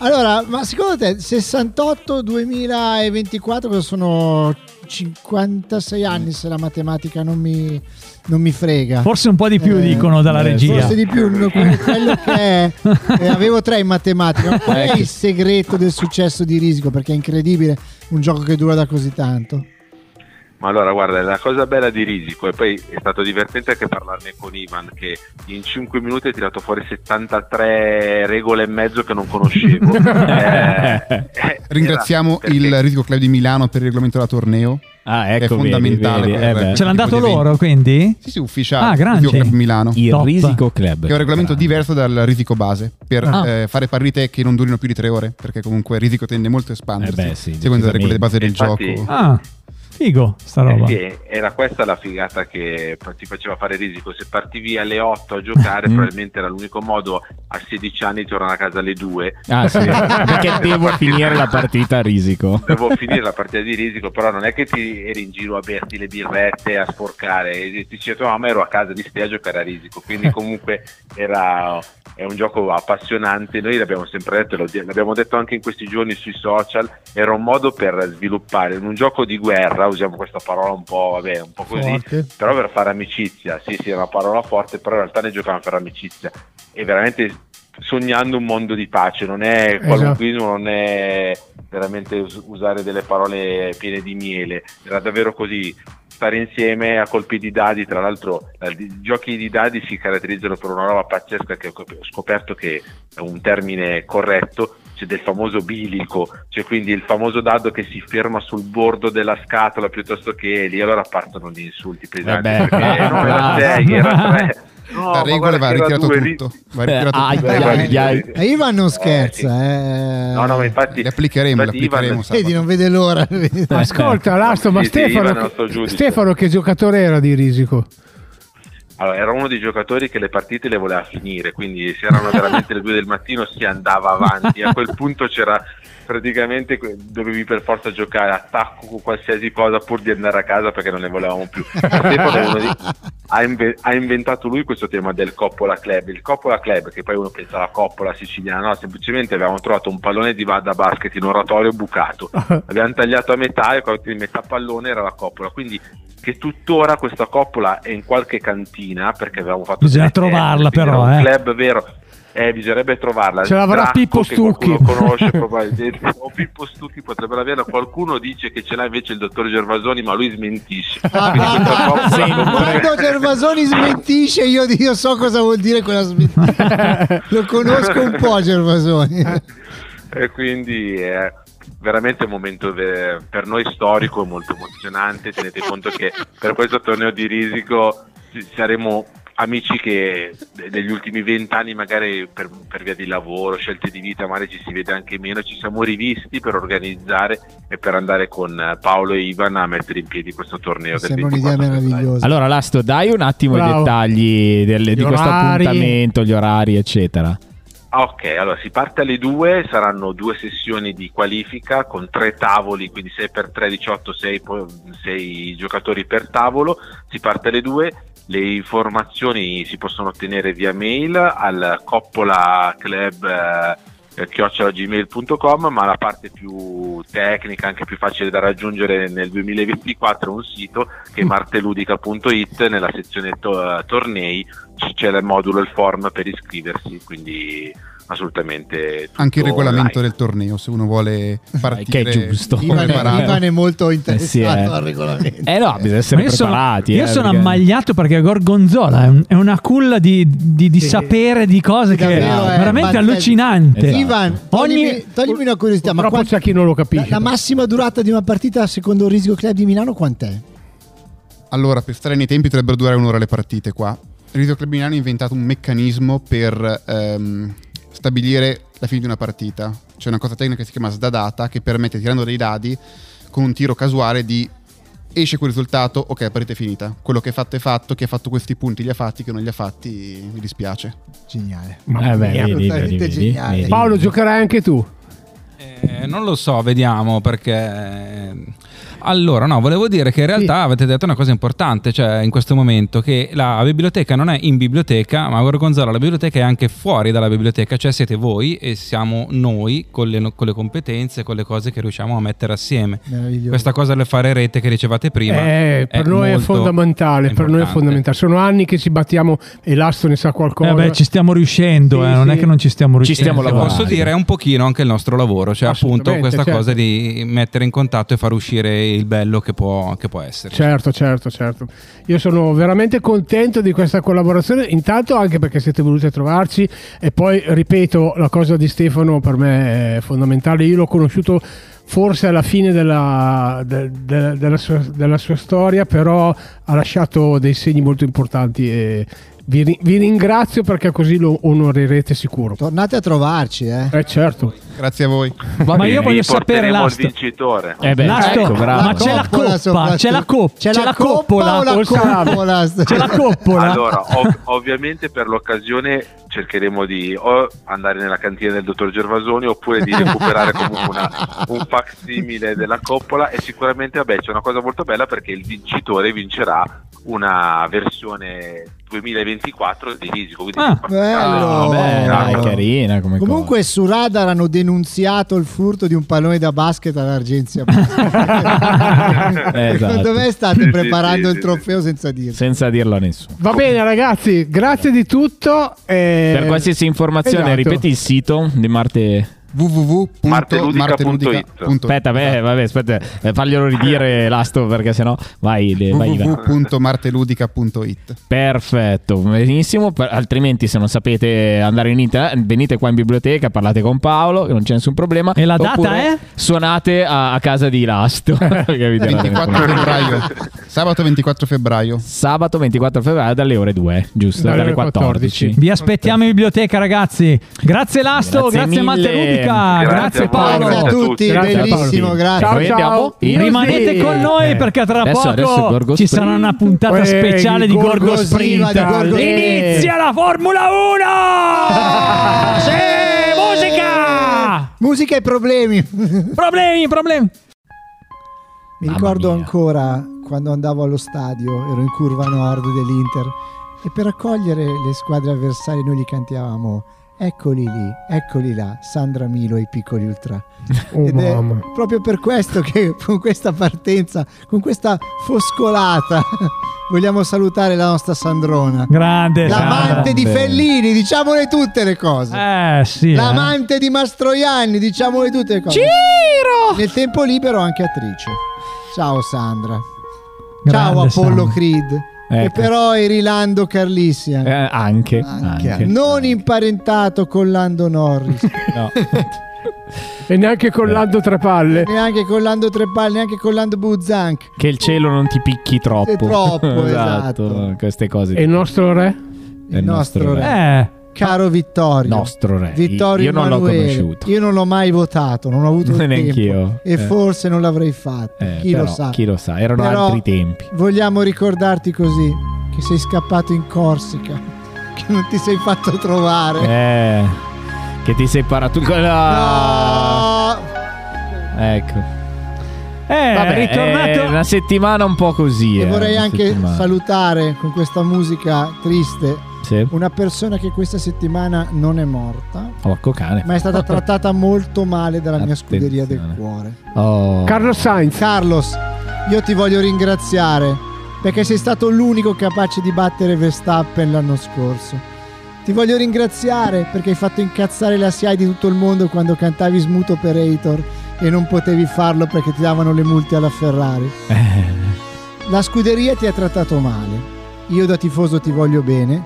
Speaker 5: Allora, ma secondo te 68 2024 cosa sono 56 anni se la matematica non mi, non mi frega?
Speaker 2: Forse un po' di più
Speaker 5: Eh,
Speaker 2: dicono dalla
Speaker 5: eh,
Speaker 2: regia.
Speaker 5: Forse di più, no, quello quello che è, eh, avevo tre in matematica. ma Qual è il segreto del successo di Risico? Perché è incredibile un gioco che dura da così tanto.
Speaker 11: Eh, Ma allora guarda, la cosa bella di Risico e poi è stato divertente anche parlarne con Ivan che in 5 minuti ha tirato fuori 73 regole e mezzo che non conoscevo. Eh, eh,
Speaker 10: Ringraziamo
Speaker 11: era-
Speaker 10: il
Speaker 11: perché-
Speaker 10: Risico Club di Milano per il regolamento della torneo.
Speaker 3: Ah,
Speaker 10: È
Speaker 3: ecco, vedi,
Speaker 10: fondamentale.
Speaker 3: vedi, eh
Speaker 10: per-
Speaker 3: beh.
Speaker 2: Ce l'hanno
Speaker 10: tipo
Speaker 2: dato
Speaker 10: di eventi.
Speaker 2: loro, quindi?
Speaker 10: Sì, sì, ufficiale.
Speaker 2: Ah, grande.
Speaker 10: Risico Club Milano.
Speaker 3: Il
Speaker 2: Top.
Speaker 3: Risico Club. Ah.
Speaker 10: Che è un regolamento diverso dal risico base per
Speaker 2: Ah.
Speaker 10: eh, fare partite che non durino più di tre ore, perché comunque il risico tende molto a espandersi
Speaker 3: Eh beh, sì,
Speaker 10: seguendo le regole di base del
Speaker 11: Infatti-
Speaker 10: gioco.
Speaker 2: Ah, Figo, sta roba.
Speaker 11: Eh Sì, era questa la figata che ti faceva fare risico. Se partivi alle 8 a giocare,
Speaker 2: Mm.
Speaker 11: probabilmente era l'unico modo a 16 anni di tornare a casa alle 2.
Speaker 3: Ah, sì. Perché
Speaker 11: La
Speaker 3: devo
Speaker 11: partita-
Speaker 3: finire la partita a risico.
Speaker 11: Dovevo finire la partita di risico, però non è che ti eri in giro a berti le birrette, a sporcare, e ti dicevo, mamma ero a casa di stai a giocare a risico, quindi comunque era, è un gioco appassionante, noi l'abbiamo sempre detto, lo- l'abbiamo detto anche in questi giorni sui social, era un modo per sviluppare, in un gioco di guerra, usiamo questa parola un po', vabbè, un po' così,
Speaker 5: Forte.
Speaker 11: però per fare amicizia, sì sì è una parola forte, però in realtà noi giocavamo per amicizia, e veramente sognando un mondo di pace, non è qualunquismo, non è veramente us- usare delle parole piene di miele, era davvero così stare insieme a colpi di dadi, tra l'altro eh, di- i giochi di dadi si caratterizzano per una roba pazzesca che ho cop- ho scoperto che è un termine corretto, c'è del famoso bilico, cioè quindi il famoso dado che si ferma sul bordo della scatola piuttosto che lì, allora partono gli insulti pesanti,
Speaker 3: Vabbè,
Speaker 11: perché no, era
Speaker 3: bravo.
Speaker 11: 6, era 3.
Speaker 10: La
Speaker 11: No, Eh, ma
Speaker 10: regola
Speaker 11: guarda
Speaker 10: va
Speaker 11: che era
Speaker 10: ritirato
Speaker 11: due,
Speaker 10: tutto. Va
Speaker 3: Eh,
Speaker 10: ritirato
Speaker 3: ai,
Speaker 10: tutto.
Speaker 3: ai, ai, ai.
Speaker 10: Eh,
Speaker 5: E Ivan non scherza, eh.
Speaker 11: No, no, ma infatti...
Speaker 10: Li applicheremo, li
Speaker 11: Infatti, Ivan-
Speaker 10: applicheremo
Speaker 5: Vedi,
Speaker 10: sabato.
Speaker 5: non vede l'ora.
Speaker 2: Eh,
Speaker 1: Ma
Speaker 2: certo.
Speaker 1: ascolta, Lasto, ma
Speaker 11: Sì, sì, Ivan
Speaker 1: Stefano,
Speaker 11: è il nostro giudice.
Speaker 1: Stefano che giocatore era di risico?
Speaker 11: Allora, era uno dei giocatori che le partite le voleva finire, quindi se erano veramente le due del mattino si andava avanti. A quel punto c'era praticamente que- dovevi per forza giocare attacco con qualsiasi cosa pur di andare a casa perché non ne volevamo più. Stefano è uno di- ha, inve- ha inventato lui questo tema del Coppola Club. Il Coppola Club, che poi uno pensa alla Coppola siciliana, no, semplicemente avevamo trovato un pallone di vada basket in un oratorio bucato. Abbiamo tagliato a metà e quello di metà pallone era la coppola. Quindi che tuttora questa coppola è in qualche cantina perché avevamo fatto
Speaker 2: Bisogna
Speaker 11: delle teste,
Speaker 2: trovarla,
Speaker 11: quindi
Speaker 2: però,
Speaker 11: era un
Speaker 2: eh.
Speaker 11: club vero. Eh, bisognerebbe trovarla.
Speaker 1: Ce l'avrà
Speaker 11: Dracco,
Speaker 1: Pippo
Speaker 11: che qualcuno
Speaker 1: Stucchi.
Speaker 11: conosce probabilmente. O Pippo Stucchi potrebbe averla. Qualcuno dice che ce l'ha invece il dottor Gervasoni, ma lui smentisce. Quindi questa coppola comunque-
Speaker 5: Quando Gervasoni smentisce, io, io so cosa vuol dire quella smentita. Lo conosco un po',
Speaker 2: Eh,
Speaker 5: Gervasoni.
Speaker 11: e quindi è veramente un momento ve- per noi storico e molto emozionante. Tenete conto che per questo torneo di risico ci- saremo amici che de- degli ultimi vent'anni, magari per, per via di lavoro, scelte di vita, magari ci si vede anche meno, ci siamo rivisti per organizzare e per andare con eh, Paolo e Ivan a mettere in piedi questo torneo. del
Speaker 5: Sembra un'idea
Speaker 11: 24
Speaker 5: meravigliosa.
Speaker 3: Allora, Lasto, dai un attimo
Speaker 1: Bravo.
Speaker 3: i dettagli del-
Speaker 1: Gli
Speaker 3: di questo
Speaker 1: orari.
Speaker 3: appuntamento, gli orari, eccetera.
Speaker 11: Ah, Ok, allora si parte alle 2, saranno due sessioni di qualifica con tre tavoli, quindi 6x3, 18, 6, 6 giocatori per tavolo, si parte alle 2, le informazioni si possono ottenere via mail al eh, coppola.club.com chiocciolagmail.com ma la parte più tecnica anche più facile da raggiungere nel 2024 è un sito che è
Speaker 10: Mm.
Speaker 11: marteludica.it nella sezione to- eh, tornei c- c'è il modulo il form per iscriversi quindi assolutamente tutto
Speaker 10: Anche il regolamento
Speaker 11: online.
Speaker 10: del torneo, se uno vuole partire.
Speaker 3: Eh, che è giusto.
Speaker 10: Ivan
Speaker 5: Ivan,
Speaker 10: Barano.
Speaker 5: è, Ivan è molto
Speaker 3: Eh sì, eh.
Speaker 5: interessato al regolamento.
Speaker 3: Eh no, bisogna essere
Speaker 2: Ma io sono,
Speaker 3: preparati.
Speaker 2: io
Speaker 3: eh,
Speaker 2: sono
Speaker 3: perché-
Speaker 2: ammagliato perché Gorgonzola è, un- è una culla di, di- di
Speaker 5: Sì.
Speaker 2: sapere di cose che
Speaker 5: Davvero,
Speaker 2: è
Speaker 5: eh,
Speaker 2: veramente
Speaker 5: pazzesco.
Speaker 2: allucinante.
Speaker 3: Esatto.
Speaker 5: Ivan,
Speaker 2: Ogni-
Speaker 5: toglimi, toglimi una curiosità, ma
Speaker 1: Purtroppo
Speaker 5: quant-
Speaker 1: c'è chi non lo
Speaker 5: la,
Speaker 1: capisce.
Speaker 5: la massima durata di una partita secondo il Risico Club di Milano quant'è?
Speaker 10: Allora, per stare nei tempi dovrebbero durare un'ora le partite qua. Rito Club Milano ha inventato un meccanismo per ehm, stabilire la fine di una partita. C'è una cosa tecnica che si chiama sdadata che permette, tirando dei dadi, con un tiro casuale di esce quel risultato, ok, la partita è finita. Quello che è fatto è fatto, chi ha fatto questi punti li ha fatti, chi non li ha fatti mi dispiace.
Speaker 5: Geniale.
Speaker 3: Eh beh, vedi, vedi,
Speaker 5: Assolutamente
Speaker 3: vedi,
Speaker 5: geniale.
Speaker 3: vedi.
Speaker 1: Paolo, giocherai anche tu.
Speaker 8: Eh, non lo so, vediamo perché. Allora, no, volevo dire che in realtà avete detto una cosa importante, cioè in questo momento, che la biblioteca non è in biblioteca, ma Gorgonzola, la biblioteca è anche fuori dalla biblioteca, cioè siete voi e siamo noi con le, con le competenze, con le cose che riusciamo a mettere assieme.
Speaker 5: Meraviglioso.
Speaker 8: Questa cosa del fare rete che dicevate prima.
Speaker 1: Eh, per noi è
Speaker 8: molto
Speaker 1: fondamentale, per noi è
Speaker 8: importante.
Speaker 1: fondamentale. Sono anni che ci battiamo e Lasto ne sa qualcosa.
Speaker 2: Eh, beh, ci stiamo riuscendo,
Speaker 1: Sì,
Speaker 2: eh, non
Speaker 1: sì.
Speaker 2: è che non ci stiamo
Speaker 3: Ci
Speaker 2: riuscendo.
Speaker 3: stiamo
Speaker 8: Se
Speaker 3: lavorando.
Speaker 8: Posso dire è un pochino anche il nostro lavoro, cioè appunto
Speaker 1: Assolutamente,
Speaker 8: questa
Speaker 1: certo.
Speaker 8: cosa di mettere in contatto e far uscire il bello che può, che può essere.
Speaker 1: Certo, certo, certo. Io sono veramente contento di questa collaborazione, intanto anche perché siete venuti a trovarci e poi, ripeto, la cosa di Stefano per me è fondamentale. Io l'ho conosciuto forse alla fine della, de- de- della sua, della sua storia, però ha lasciato dei segni molto importanti e, Vi, ri- vi ringrazio perché così lo onorerete sicuro.
Speaker 5: Tornate a trovarci, eh.
Speaker 1: Eh certo.
Speaker 10: Grazie a voi.
Speaker 1: Va
Speaker 2: ma
Speaker 1: bene.
Speaker 2: io voglio sapere
Speaker 11: porteremo il
Speaker 2: l'asta.
Speaker 11: vincitore.
Speaker 2: Eh beh, Lasto,
Speaker 3: Ecco,
Speaker 2: ma c'è la
Speaker 10: Ecco,
Speaker 2: coppa, c'è la coppa, c'è la coppola,
Speaker 5: o la
Speaker 2: col salame.
Speaker 5: coppola?
Speaker 2: c'è la coppola.
Speaker 11: Allora, ov- ovviamente per l'occasione cercheremo di o andare nella cantina del dottor Gervasoni oppure di recuperare comunque una, un facsimile della coppola e sicuramente vabbè c'è una cosa molto bella perché il vincitore vincerà una versione 2024 di Risico quindi
Speaker 5: Ah, bello.
Speaker 3: Bella,
Speaker 5: Dai.
Speaker 3: è carina come
Speaker 5: Comunque su Radar hanno denunziato il furto di un pallone da basket all'Argenzia. Basket.
Speaker 3: cosa. Eh, esatto.
Speaker 5: Secondo me state
Speaker 3: Sì, sì,
Speaker 5: preparando il
Speaker 3: sì, sì,
Speaker 5: trofeo senza dirlo.
Speaker 3: Senza dirlo a nessuno.
Speaker 1: Va bene ragazzi, grazie di tutto. eh,
Speaker 3: per qualsiasi informazione,
Speaker 1: esatto.
Speaker 3: ripeti il sito di Marte.
Speaker 10: www.marteludica.it
Speaker 3: Aspetta, beh, vabbè, aspetta, eh, faglielo ridire l'asto perché sennò vai, le- vai, vai.
Speaker 10: www.marteludica.it
Speaker 3: Perfetto, benissimo. per- altrimenti, se non sapete andare in internet, venite qua in biblioteca, parlate con Paolo, che non c'è nessun problema. E la
Speaker 2: data è?
Speaker 3: Suonate a, a casa di Lasto. perché vi darà
Speaker 10: 24
Speaker 3: ragione.
Speaker 10: febbraio. Sabato 24 febbraio.
Speaker 3: Sabato 24 febbraio dalle ore 2, giusto?
Speaker 10: Dalle
Speaker 3: Dalle,
Speaker 10: ore
Speaker 3: 14.
Speaker 2: Vi aspettiamo in biblioteca, ragazzi. Grazie Lasto,
Speaker 3: Grazie
Speaker 2: grazie,
Speaker 3: mille.
Speaker 2: Matte Rubica,
Speaker 3: Grazie
Speaker 2: grazie
Speaker 3: a voi,
Speaker 2: Paolo.
Speaker 3: grazie a tutti, Grazie a Paolo. bellissimo, grazie.
Speaker 2: Noi
Speaker 3: Ciao, ciao.
Speaker 2: andiamo in- Rimanete
Speaker 3: Sì. Eh.
Speaker 2: con
Speaker 9: Eh.
Speaker 2: noi perché tra
Speaker 3: Adesso-
Speaker 2: poco
Speaker 3: adesso Gorgo
Speaker 2: ci
Speaker 3: Sprint.
Speaker 2: sarà una puntata
Speaker 3: Eh,
Speaker 2: speciale di Gorgo,
Speaker 3: Gorgo Sprint,
Speaker 2: Sprint.
Speaker 3: di Gorgo-
Speaker 2: Inizia la Formula
Speaker 3: Ah!
Speaker 2: 1! Sì, musica!
Speaker 5: Eh, Musica e problemi.
Speaker 2: Problemi, problemi.
Speaker 5: Mi ricordo ancora quando andavo allo stadio, ero in curva nord dell'Inter e per accogliere le squadre avversarie noi gli cantiavamo Eccoli lì, eccoli là, Sandra Milo e i piccoli ultra.
Speaker 1: Oh,
Speaker 5: Ed è
Speaker 1: mamma.
Speaker 5: proprio per questo che con questa partenza, con questa foscolata, vogliamo salutare la nostra Sandrona.
Speaker 2: Grande,
Speaker 5: L'amante
Speaker 2: Sandra.
Speaker 5: di Fellini, diciamole tutte le cose.
Speaker 2: Eh sì. eh.
Speaker 5: L'amante di Mastroianni, diciamole tutte le cose.
Speaker 2: Ciro!
Speaker 5: Nel tempo libero anche attrice. Ciao Sandra. Ciao
Speaker 2: Grande
Speaker 5: Apollo
Speaker 2: Sandra.
Speaker 5: Creed. E
Speaker 3: Ecco.
Speaker 5: però Erilando Carlissian.
Speaker 3: Eh, anche, anche.
Speaker 5: Non imparentato con Lando Norris, Eh.
Speaker 3: No.
Speaker 1: E neanche con Lando Trepalle.
Speaker 5: neanche con Lando Trepalle, neanche con Lando Buzank.
Speaker 3: Che il cielo non ti picchi troppo. Esatto,
Speaker 5: È troppo, esatto.
Speaker 3: Queste cose.
Speaker 1: E il nostro re?
Speaker 3: È il
Speaker 5: nostro re.
Speaker 2: Eh.
Speaker 5: Caro Vittorio.
Speaker 3: Nostro re.
Speaker 5: Vittorio
Speaker 3: Io non l'ho
Speaker 5: Emanuele.
Speaker 3: conosciuto.
Speaker 5: Io non l'ho mai votato, non ho avuto il
Speaker 3: Neanche
Speaker 5: tempo.
Speaker 3: io.
Speaker 5: E
Speaker 3: Eh.
Speaker 5: forse non l'avrei fatto.
Speaker 3: Eh,
Speaker 5: chi lo
Speaker 3: però,
Speaker 5: sa.
Speaker 3: Chi lo sa, erano
Speaker 5: Però
Speaker 3: altri tempi.
Speaker 5: Vogliamo ricordarti così che sei scappato in Corsica, che non ti sei fatto trovare.
Speaker 3: Eh, che ti sei parato. No!
Speaker 5: No!
Speaker 3: Ecco.
Speaker 2: Eh,
Speaker 3: Vabbè,
Speaker 2: ritornato.
Speaker 3: è una settimana un po' così.
Speaker 5: E
Speaker 3: eh,
Speaker 5: vorrei
Speaker 3: una
Speaker 5: anche
Speaker 3: settimana.
Speaker 5: salutare con questa musica triste
Speaker 3: Sì.
Speaker 5: una persona che questa settimana non è morta,
Speaker 3: Porco cane.
Speaker 5: ma è stata trattata molto male dalla mia scuderia del cuore.
Speaker 3: Oh.
Speaker 1: Carlos Sainz.
Speaker 5: Carlos, io ti voglio ringraziare perché sei stato l'unico capace di battere Verstappen l'anno scorso. Ti voglio ringraziare perché hai fatto incazzare la SIAI di tutto il mondo quando cantavi Smooth Operator e non potevi farlo perché ti davano le multe alla Ferrari.
Speaker 3: Eh.
Speaker 5: La scuderia ti ha trattato male. Io da tifoso ti voglio bene.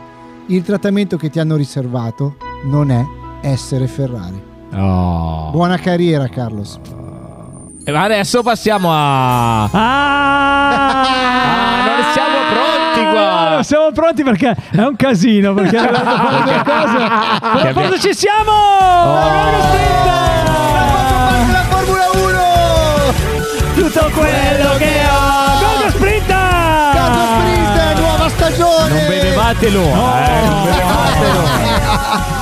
Speaker 5: Il trattamento che ti hanno riservato non è essere Ferrari.
Speaker 3: Oh.
Speaker 5: Buona carriera, Carlos.
Speaker 3: E adesso passiamo a.
Speaker 2: Ah!
Speaker 3: Ah, non siamo pronti
Speaker 2: Ah,
Speaker 3: qua.
Speaker 2: non siamo pronti perché è un casino. Perché abbiamo dovuto fare due cose. Però
Speaker 3: abbiamo-
Speaker 2: quando ci siamo!
Speaker 5: Oh. La Formula 1!
Speaker 2: Tutto quello che ho! Gogo Sprinter!
Speaker 5: Carlo Sprint, nuova stagione!
Speaker 3: Non benevatelo. eh, non benevatelo.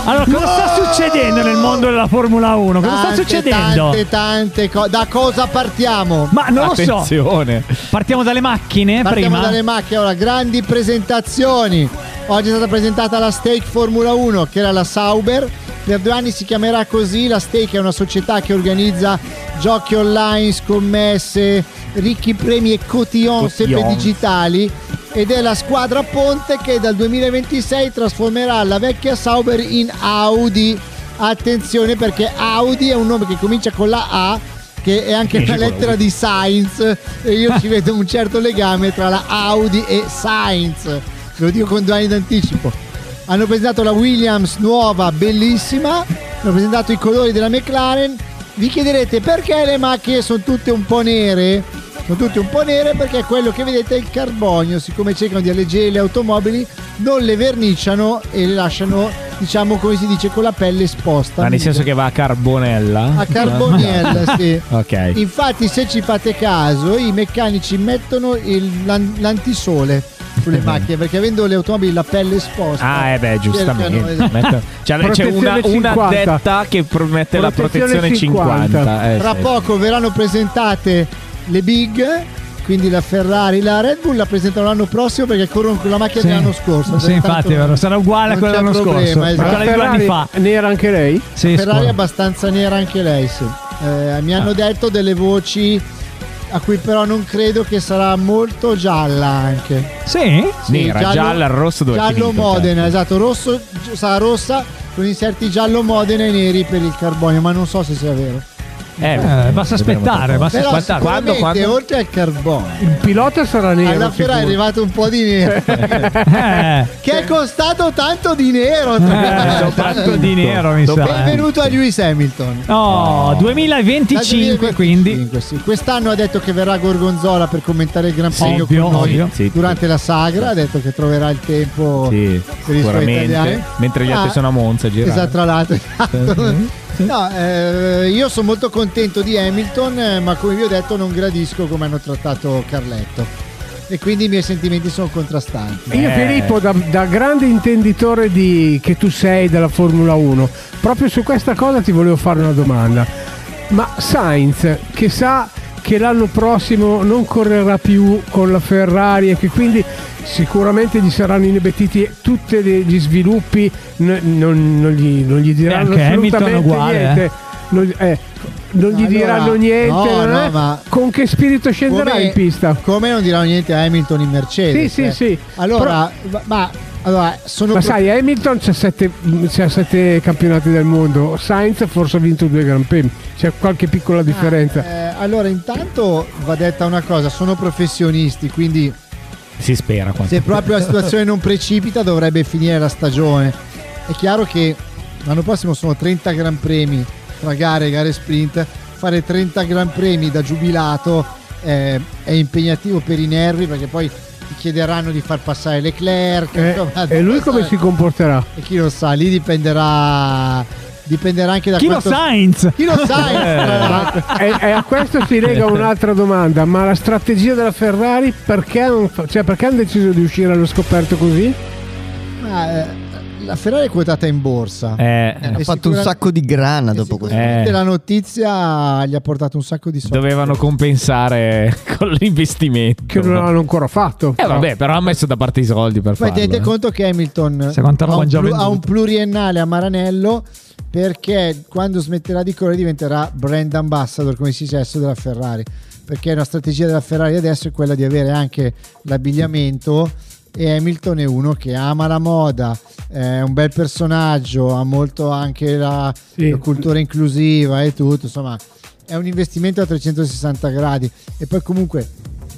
Speaker 2: Allora, cosa sta succedendo nel mondo della Formula 1? Cosa
Speaker 5: Tante,
Speaker 2: sta succedendo?
Speaker 5: Tante, tante cose. Da cosa partiamo?
Speaker 2: Ma non lo so.
Speaker 3: Attenzione.
Speaker 2: Partiamo dalle macchine
Speaker 5: Partiamo
Speaker 2: prima.
Speaker 5: dalle macchine, ora grandi presentazioni. Oggi è stata presentata la Stake Formula 1, che era la Sauber. Per due anni si chiamerà così. La Stake è una società che organizza giochi online, scommesse, ricchi premi e cotillon sempre
Speaker 3: Cotillon.
Speaker 5: digitali. Ed è la squadra Ponte che dal 2026 trasformerà la vecchia Sauber in Audi. Attenzione perché Audi è un nome che comincia con la A, che è anche una lettera di Science. E io ci vedo un certo legame tra la Audi e Science. Ve lo dico con due anni d'anticipo. Hanno presentato la Williams nuova, bellissima. Hanno presentato i colori della McLaren. Vi chiederete perché le macchine sono tutte un po' nere? sono tutte un po' nere perché quello che vedete è il carbonio, siccome cercano di alleggerire le automobili, non le verniciano e le lasciano, diciamo come si dice, con la pelle esposta.
Speaker 3: Ma nel
Speaker 5: Quindi-
Speaker 3: senso che va a carbonella?
Speaker 5: a Carboniella, sì.
Speaker 3: ok.
Speaker 5: Infatti, se ci fate caso, i meccanici mettono il- l'an- l'antisole sulle macchine perché avendo le automobili la pelle esposta.
Speaker 3: Ah, eh beh, giustamente.
Speaker 5: cercano-
Speaker 3: Metto- Cioè, c'è una, una detta che promette la protezione 50. eh,
Speaker 5: Tra
Speaker 3: sì.
Speaker 5: poco verranno presentate le big. Quindi la Ferrari, la Red Bull la presentano l'anno prossimo perché corrono con la macchina
Speaker 2: Sì.
Speaker 5: dell'anno scorso.
Speaker 2: Sì, infatti, vero, sarà uguale a
Speaker 5: non
Speaker 2: quella
Speaker 5: c'è
Speaker 2: dell'anno
Speaker 5: problema,
Speaker 2: scorso. Ma
Speaker 5: esatto.
Speaker 2: quella di due anni fa.
Speaker 1: Nera anche lei?
Speaker 5: Ferrari
Speaker 2: Sì,
Speaker 5: è
Speaker 2: scuola. Ah.
Speaker 5: abbastanza nera anche lei, sì. Eh, mi hanno detto delle voci a cui però non credo che sarà molto gialla anche.
Speaker 2: Sì?
Speaker 3: Nera, gialla, il rosso dove certo. è
Speaker 5: Giallo
Speaker 3: finito,
Speaker 5: Modena, esatto, rosso gi- sarà rossa con inserti giallo Modena e neri per il carbonio, ma non so se sia vero.
Speaker 3: Eh,
Speaker 2: Eh, basta
Speaker 3: vedremo
Speaker 2: aspettare,
Speaker 3: dopo.
Speaker 2: basta
Speaker 5: Però
Speaker 2: aspettare.
Speaker 5: sicuramente oltre al carbonio,
Speaker 1: Il pilota sarà nero.
Speaker 5: alla Ferrari è
Speaker 1: sicuro.
Speaker 5: arrivato un po' di nero,
Speaker 2: Eh,
Speaker 5: che è costato tanto di nero.
Speaker 2: eh, tanto di nero, mi sa. eh.
Speaker 5: Benvenuto a Lewis Hamilton.
Speaker 2: No, 2025 quindi.
Speaker 5: Sì, Quest'anno ha detto che verrà Gorgonzola per commentare il Gran
Speaker 2: Sì,
Speaker 5: Premio
Speaker 2: ovvio,
Speaker 5: con noi
Speaker 2: ovvio.
Speaker 3: Sì.
Speaker 5: durante la sagra. Ha detto che troverà il tempo
Speaker 3: Sì,
Speaker 5: per i suoi
Speaker 3: sicuramente.
Speaker 5: italiani.
Speaker 3: Mentre gli altri
Speaker 5: Ah,
Speaker 3: sono a Monza a girare.
Speaker 5: Esatto, tra l'altro. No, eh, io sono molto contento di Hamilton, eh, ma come vi ho detto non gradisco come hanno trattato Carletto. E quindi i miei sentimenti sono contrastanti.
Speaker 1: Io
Speaker 3: Eh.
Speaker 1: Filippo, da, da grande intenditore di, che tu sei della Formula 1, proprio su questa cosa ti volevo fare una domanda. Ma Sainz, che sa che l'anno prossimo non correrà più con la Ferrari e che quindi sicuramente gli saranno inebetiti tutti le- gli sviluppi, n- non, non gli, non gli diranno
Speaker 2: anche Hamilton
Speaker 1: assolutamente
Speaker 2: uguale,
Speaker 1: niente. Non, eh, non gli
Speaker 5: Allora,
Speaker 1: diranno niente,
Speaker 5: no,
Speaker 1: non
Speaker 5: no,
Speaker 1: è?
Speaker 5: ma-
Speaker 1: con che spirito scenderà in pista?
Speaker 5: Come non diranno niente a Hamilton in Mercedes.
Speaker 1: Sì, sì,
Speaker 5: eh.
Speaker 1: sì.
Speaker 5: Allora, ma- ma allora, sono
Speaker 1: Ma
Speaker 5: pro-
Speaker 1: sai, eh. Hamilton c'ha sette, c'ha sette campionati del mondo, Sainz forse ha vinto due Gran Premi, c'è qualche piccola differenza.
Speaker 5: Eh, allora, intanto va detta una cosa: sono professionisti, quindi
Speaker 3: Si spera. quanto-
Speaker 5: se proprio la situazione non precipita, dovrebbe finire la stagione. È chiaro che l'anno prossimo sono 30 Gran Premi tra gare e gare sprint. Fare 30 Gran Premi da giubilato eh, è impegnativo per i nervi perché poi ti chiederanno di far passare Leclerc.
Speaker 1: Eh,
Speaker 5: insomma,
Speaker 1: e lui come si
Speaker 5: passare-
Speaker 1: comporterà?
Speaker 5: E chi lo sa, lì dipenderà, dipenderà anche da
Speaker 2: Chi lo
Speaker 5: quanto-
Speaker 2: Sainz?
Speaker 5: Chi lo sa? eh, tra l'altro.
Speaker 1: e, e Eh, a questo si lega un'altra domanda, ma la strategia della Ferrari perché, non fa- cioè, perché hanno deciso di uscire allo scoperto così?
Speaker 5: Ma, eh, la Ferrari è quotata in borsa.
Speaker 3: Eh,
Speaker 9: Ha
Speaker 5: E
Speaker 9: fatto un
Speaker 5: sicura-
Speaker 9: sacco di grana dopo questo.
Speaker 5: sicuramente
Speaker 3: Eh.
Speaker 5: La notizia gli ha portato un sacco di soldi.
Speaker 3: dovevano compensare con l'investimento.
Speaker 1: Che non l'hanno ancora fatto.
Speaker 3: Eh vabbè, però ha messo da parte i soldi per
Speaker 5: Poi
Speaker 3: farlo.
Speaker 5: tenete
Speaker 3: eh.
Speaker 5: conto che Hamilton
Speaker 2: Se quanto
Speaker 5: ha un,
Speaker 2: l'avevano già
Speaker 5: plu- ha
Speaker 2: venduto.
Speaker 5: un pluriennale a Maranello perché quando smetterà di correre diventerà brand ambassador, come si dice adesso, della Ferrari. Perché la strategia della Ferrari adesso è quella di avere anche l'abbigliamento e Hamilton è uno che ama la moda, è un bel personaggio, ha molto anche la,
Speaker 1: Sì.
Speaker 5: la cultura inclusiva e tutto, insomma è un investimento a 360 gradi e poi comunque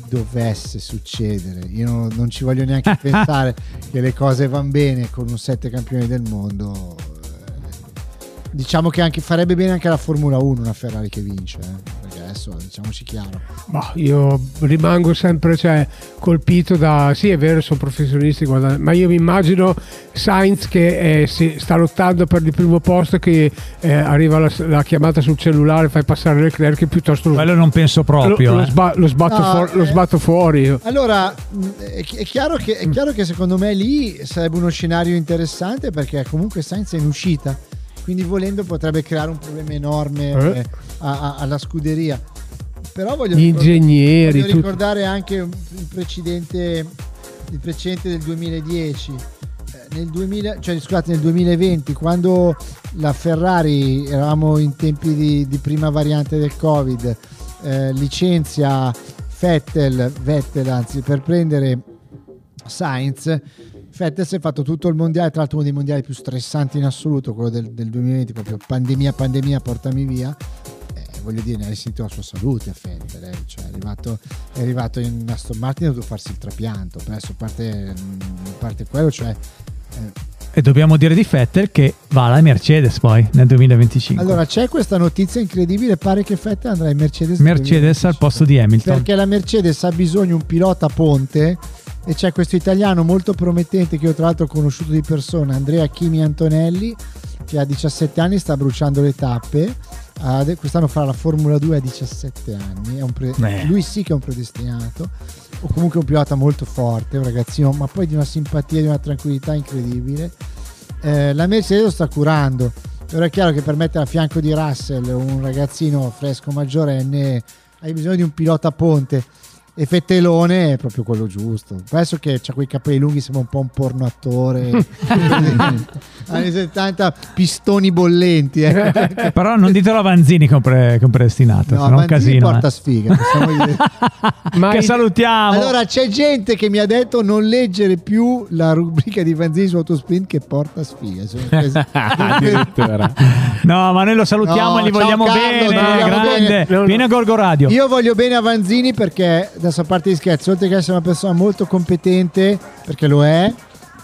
Speaker 5: dovesse succedere, io non, non ci voglio neanche pensare che le cose vanno bene con un sette campioni del mondo. eh, Diciamo che anche, farebbe bene anche alla Formula 1 una Ferrari che vince, eh, perché adesso diciamoci chiaro.
Speaker 1: Boh, io rimango sempre cioè, colpito da. Sì, è vero, sono professionisti, guarda, ma io mi immagino Sainz che eh, si sta lottando per il primo posto, che eh, arriva la, la chiamata sul cellulare, fai passare Leclerc, e piuttosto lo,
Speaker 2: Quello non penso proprio.
Speaker 1: lo- lo
Speaker 2: eh.
Speaker 1: sba- lo sbatto,
Speaker 5: No,
Speaker 1: fuor-
Speaker 5: eh.
Speaker 1: lo sbatto fuori. io.
Speaker 5: Allora, mh, è chi- è chiaro, che, è chiaro che secondo me lì sarebbe uno scenario interessante perché comunque Sainz è in uscita, quindi volendo potrebbe creare un problema enorme
Speaker 1: Eh.
Speaker 5: eh, a- a- alla scuderia. Però voglio,
Speaker 1: Gli
Speaker 5: ricor-
Speaker 1: ingegneri,
Speaker 5: voglio
Speaker 1: tutti.
Speaker 5: ricordare anche un- il precedente, il precedente del 2010. Eh, Nel, 2000 cioè, scusate, nel 2020 quando la Ferrari eravamo in tempi di, di prima variante del Covid eh, licenzia Vettel, Vettel anzi per prendere Sainz Vettel si è fatto tutto il mondiale tra l'altro uno dei mondiali più stressanti in assoluto quello del, del 2020 proprio pandemia pandemia portami via Eh, voglio dire ne ha risentito la sua salute Vettel eh, cioè, è, arrivato, è arrivato in mm, Aston Martin e ha dovuto farsi il trapianto però adesso a parte, mh, a parte quello cioè eh,
Speaker 2: E dobbiamo dire di Vettel che va alla Mercedes poi nel 2025.
Speaker 5: Allora c'è questa notizia incredibile, pare che Fetta andrà in Mercedes.
Speaker 2: Mercedes al posto di Hamilton.
Speaker 5: Perché la Mercedes ha bisogno di un pilota ponte e c'è questo italiano molto promettente che io tra l'altro ho conosciuto di persona, Andrea Chimi Antonelli, che ha 17 anni e sta bruciando le tappe. Ah, de- quest'anno farà la Formula 2 a 17 anni, è un pre-
Speaker 2: Eh.
Speaker 5: lui sì che è un predestinato, o comunque un pilota molto forte, un ragazzino, ma poi di una simpatia, di una tranquillità incredibile. Eh, la Mercedes lo sta curando, però è chiaro che per mettere a fianco di Russell un ragazzino fresco maggiorenne hai bisogno di un pilota ponte e Fettelone è proprio quello giusto. Adesso che ha quei capelli lunghi sembra un po' un porno attore. anni 70 pistoni bollenti. Eh.
Speaker 2: Però non ditelo a Vanzini che è un pre- che è un predestinato,
Speaker 5: No,
Speaker 2: sennò è
Speaker 5: Manzini
Speaker 2: un casino.
Speaker 5: porta
Speaker 2: eh.
Speaker 5: sfiga, possiamo dire.
Speaker 2: che salutiamo.
Speaker 5: Allora c'è gente che mi ha detto non leggere più la rubrica di Vanzini su Autosprint che porta sfiga. Sono presi-
Speaker 3: Addirittura.
Speaker 2: No, ma noi lo
Speaker 5: No,
Speaker 2: salutiamo e li
Speaker 5: ciao
Speaker 2: vogliamo
Speaker 5: Carlo,
Speaker 2: bene.
Speaker 5: ti vogliamo bene.
Speaker 2: grande.
Speaker 5: No, no.
Speaker 2: Vieni a Gorgo Radio.
Speaker 5: Io voglio bene a Vanzini perché, adesso a parte di scherzi, oltre che essere una persona molto competente, perché lo è,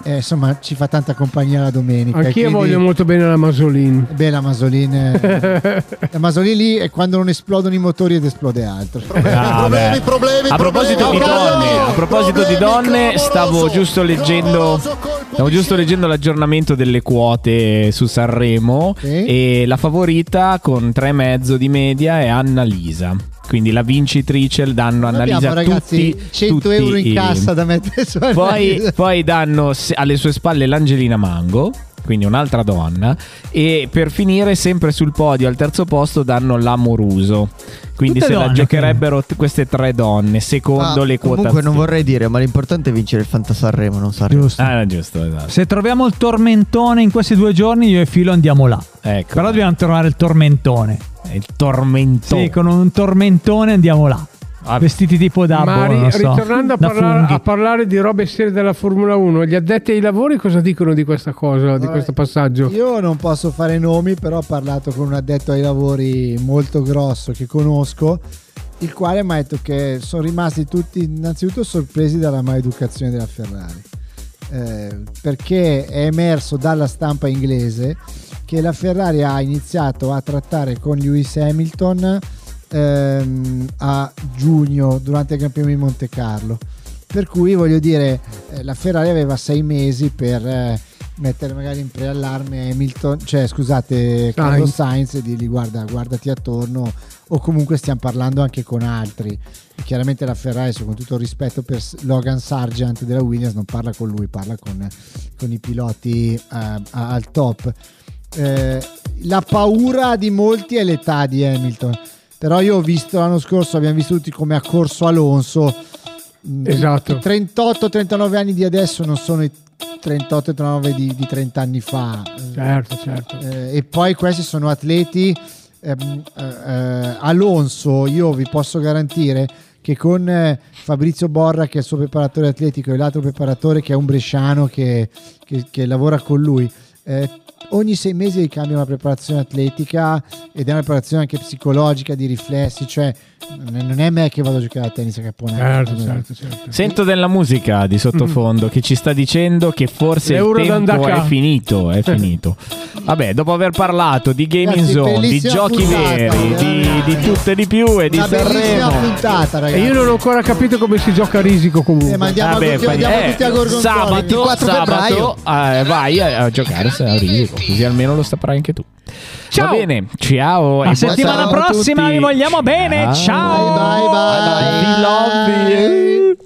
Speaker 5: eh, insomma ci fa tanta compagnia la domenica.
Speaker 1: Anch'io
Speaker 5: quindi-
Speaker 1: voglio molto bene la Masolin.
Speaker 5: Beh, la Masolin, eh, la Masolin lì è quando non esplodono i motori ed esplode altro.
Speaker 3: problemi,
Speaker 10: problemi,
Speaker 3: Ah, a proposito di
Speaker 5: problemi.
Speaker 3: donne, a proposito di donne, stavo giusto leggendo stavo giusto leggendo l'aggiornamento delle quote su Sanremo e la favorita con 3,5 di media è Annalisa. Quindi la vincitrice danno Annalisa
Speaker 5: Abbiamo ragazzi
Speaker 3: tutti
Speaker 5: 100
Speaker 3: tutti
Speaker 5: euro in
Speaker 3: i-
Speaker 5: cassa da mettere su
Speaker 3: poi, poi danno se- alle sue spalle l'Angelina Mango, quindi un'altra donna, e per finire sempre sul podio al terzo posto danno l'Amoruso. Quindi
Speaker 2: Tutte
Speaker 3: se la
Speaker 2: donne,
Speaker 3: giocherebbero t- queste tre donne secondo
Speaker 9: Ah,
Speaker 3: le quote.
Speaker 9: Comunque non vorrei dire, ma l'importante è vincere il Fanta Sanremo, non Sanremo.
Speaker 2: Giusto.
Speaker 3: Ah, era giusto, esatto.
Speaker 2: Se troviamo il tormentone in questi due giorni, io e Filo andiamo là.
Speaker 3: Ecco.
Speaker 2: Però dobbiamo trovare il tormentone.
Speaker 3: Il tormentone. Ah.
Speaker 2: Sì, con un tormentone andiamo là. Vestiti tipo da
Speaker 1: Ma
Speaker 2: boh,
Speaker 1: ri-
Speaker 2: non so,
Speaker 1: ritornando a
Speaker 2: da
Speaker 1: parlare,
Speaker 2: funghi.
Speaker 1: a parlare di robe serie della Formula 1, gli addetti ai lavori cosa dicono di questa cosa, di
Speaker 5: Allora,
Speaker 1: questo passaggio?
Speaker 5: Io non posso fare nomi, però ho parlato con un addetto ai lavori molto grosso che conosco, il quale mi ha detto che sono rimasti tutti innanzitutto sorpresi dalla maleducazione della Ferrari, Eh, perché è emerso dalla stampa inglese che la Ferrari ha iniziato a trattare con Lewis Hamilton ehm, a giugno durante il Gran Premio di Monte Carlo. Per cui voglio dire, eh, la Ferrari aveva sei mesi per eh, mettere magari in preallarme Hamilton, cioè scusate, Carlo Sainz e dirgli guarda, guardati attorno o comunque stiamo parlando anche con altri. Chiaramente la Ferrari, so, con tutto il rispetto per S- Logan Sargent della Williams, non parla con lui, parla con, con i piloti eh, a- al top. Eh, la paura di molti è l'età di Hamilton. Però io ho visto l'anno scorso, abbiamo visto tutti come ha corso Alonso. Mm,
Speaker 1: Esatto.
Speaker 5: I 38-39 anni di adesso non sono i 38-39 di, di 30 anni fa.
Speaker 1: Certo, certo.
Speaker 5: Eh, e poi questi sono atleti. ehm, eh, eh, Alonso, io vi posso garantire che con eh, Fabrizio Borra, che è il suo preparatore atletico, e l'altro preparatore che è un bresciano che, che- che lavora con lui, eh, ogni sei mesi gli cambia una preparazione atletica ed è una preparazione anche psicologica di riflessi, cioè n- non è me che vado a giocare a tennis a Caponello.
Speaker 1: Certo,
Speaker 5: Allora,
Speaker 1: certo, certo.
Speaker 3: Sento della musica di sottofondo che ci sta dicendo che forse
Speaker 1: È ora
Speaker 3: il
Speaker 1: da
Speaker 3: tempo
Speaker 1: andare a
Speaker 3: è
Speaker 1: ca-
Speaker 3: finito, è finito. Vabbè, dopo aver parlato di Game in
Speaker 5: Ragazzi,
Speaker 3: Zone, di
Speaker 5: bellissima
Speaker 3: giochi
Speaker 5: puntata,
Speaker 3: veri, di,
Speaker 5: veramente.
Speaker 3: di tutto e di più e di
Speaker 5: Una bellissima
Speaker 3: Sanremo.
Speaker 5: puntata,
Speaker 1: E
Speaker 5: ragazzi.
Speaker 1: io non ho ancora capito come si gioca a risico
Speaker 5: Eh, ma
Speaker 1: comunque.
Speaker 5: andiamo,
Speaker 3: Vabbè,
Speaker 5: a, Gorgo-
Speaker 3: fai-
Speaker 5: andiamo
Speaker 3: eh,
Speaker 5: tutti a Gorgonzola.
Speaker 3: sabato,
Speaker 5: 24 febbraio.
Speaker 3: sabato eh, vai a, a giocare se a risico, così almeno lo saprai anche tu. Va bene, ciao.
Speaker 2: La
Speaker 3: e
Speaker 2: settimana
Speaker 3: buonasera a
Speaker 2: prossima
Speaker 3: tutti.
Speaker 2: vi vogliamo bene. Ciao.
Speaker 5: Bye bye bye. Eh.
Speaker 3: Bye bye. We love you.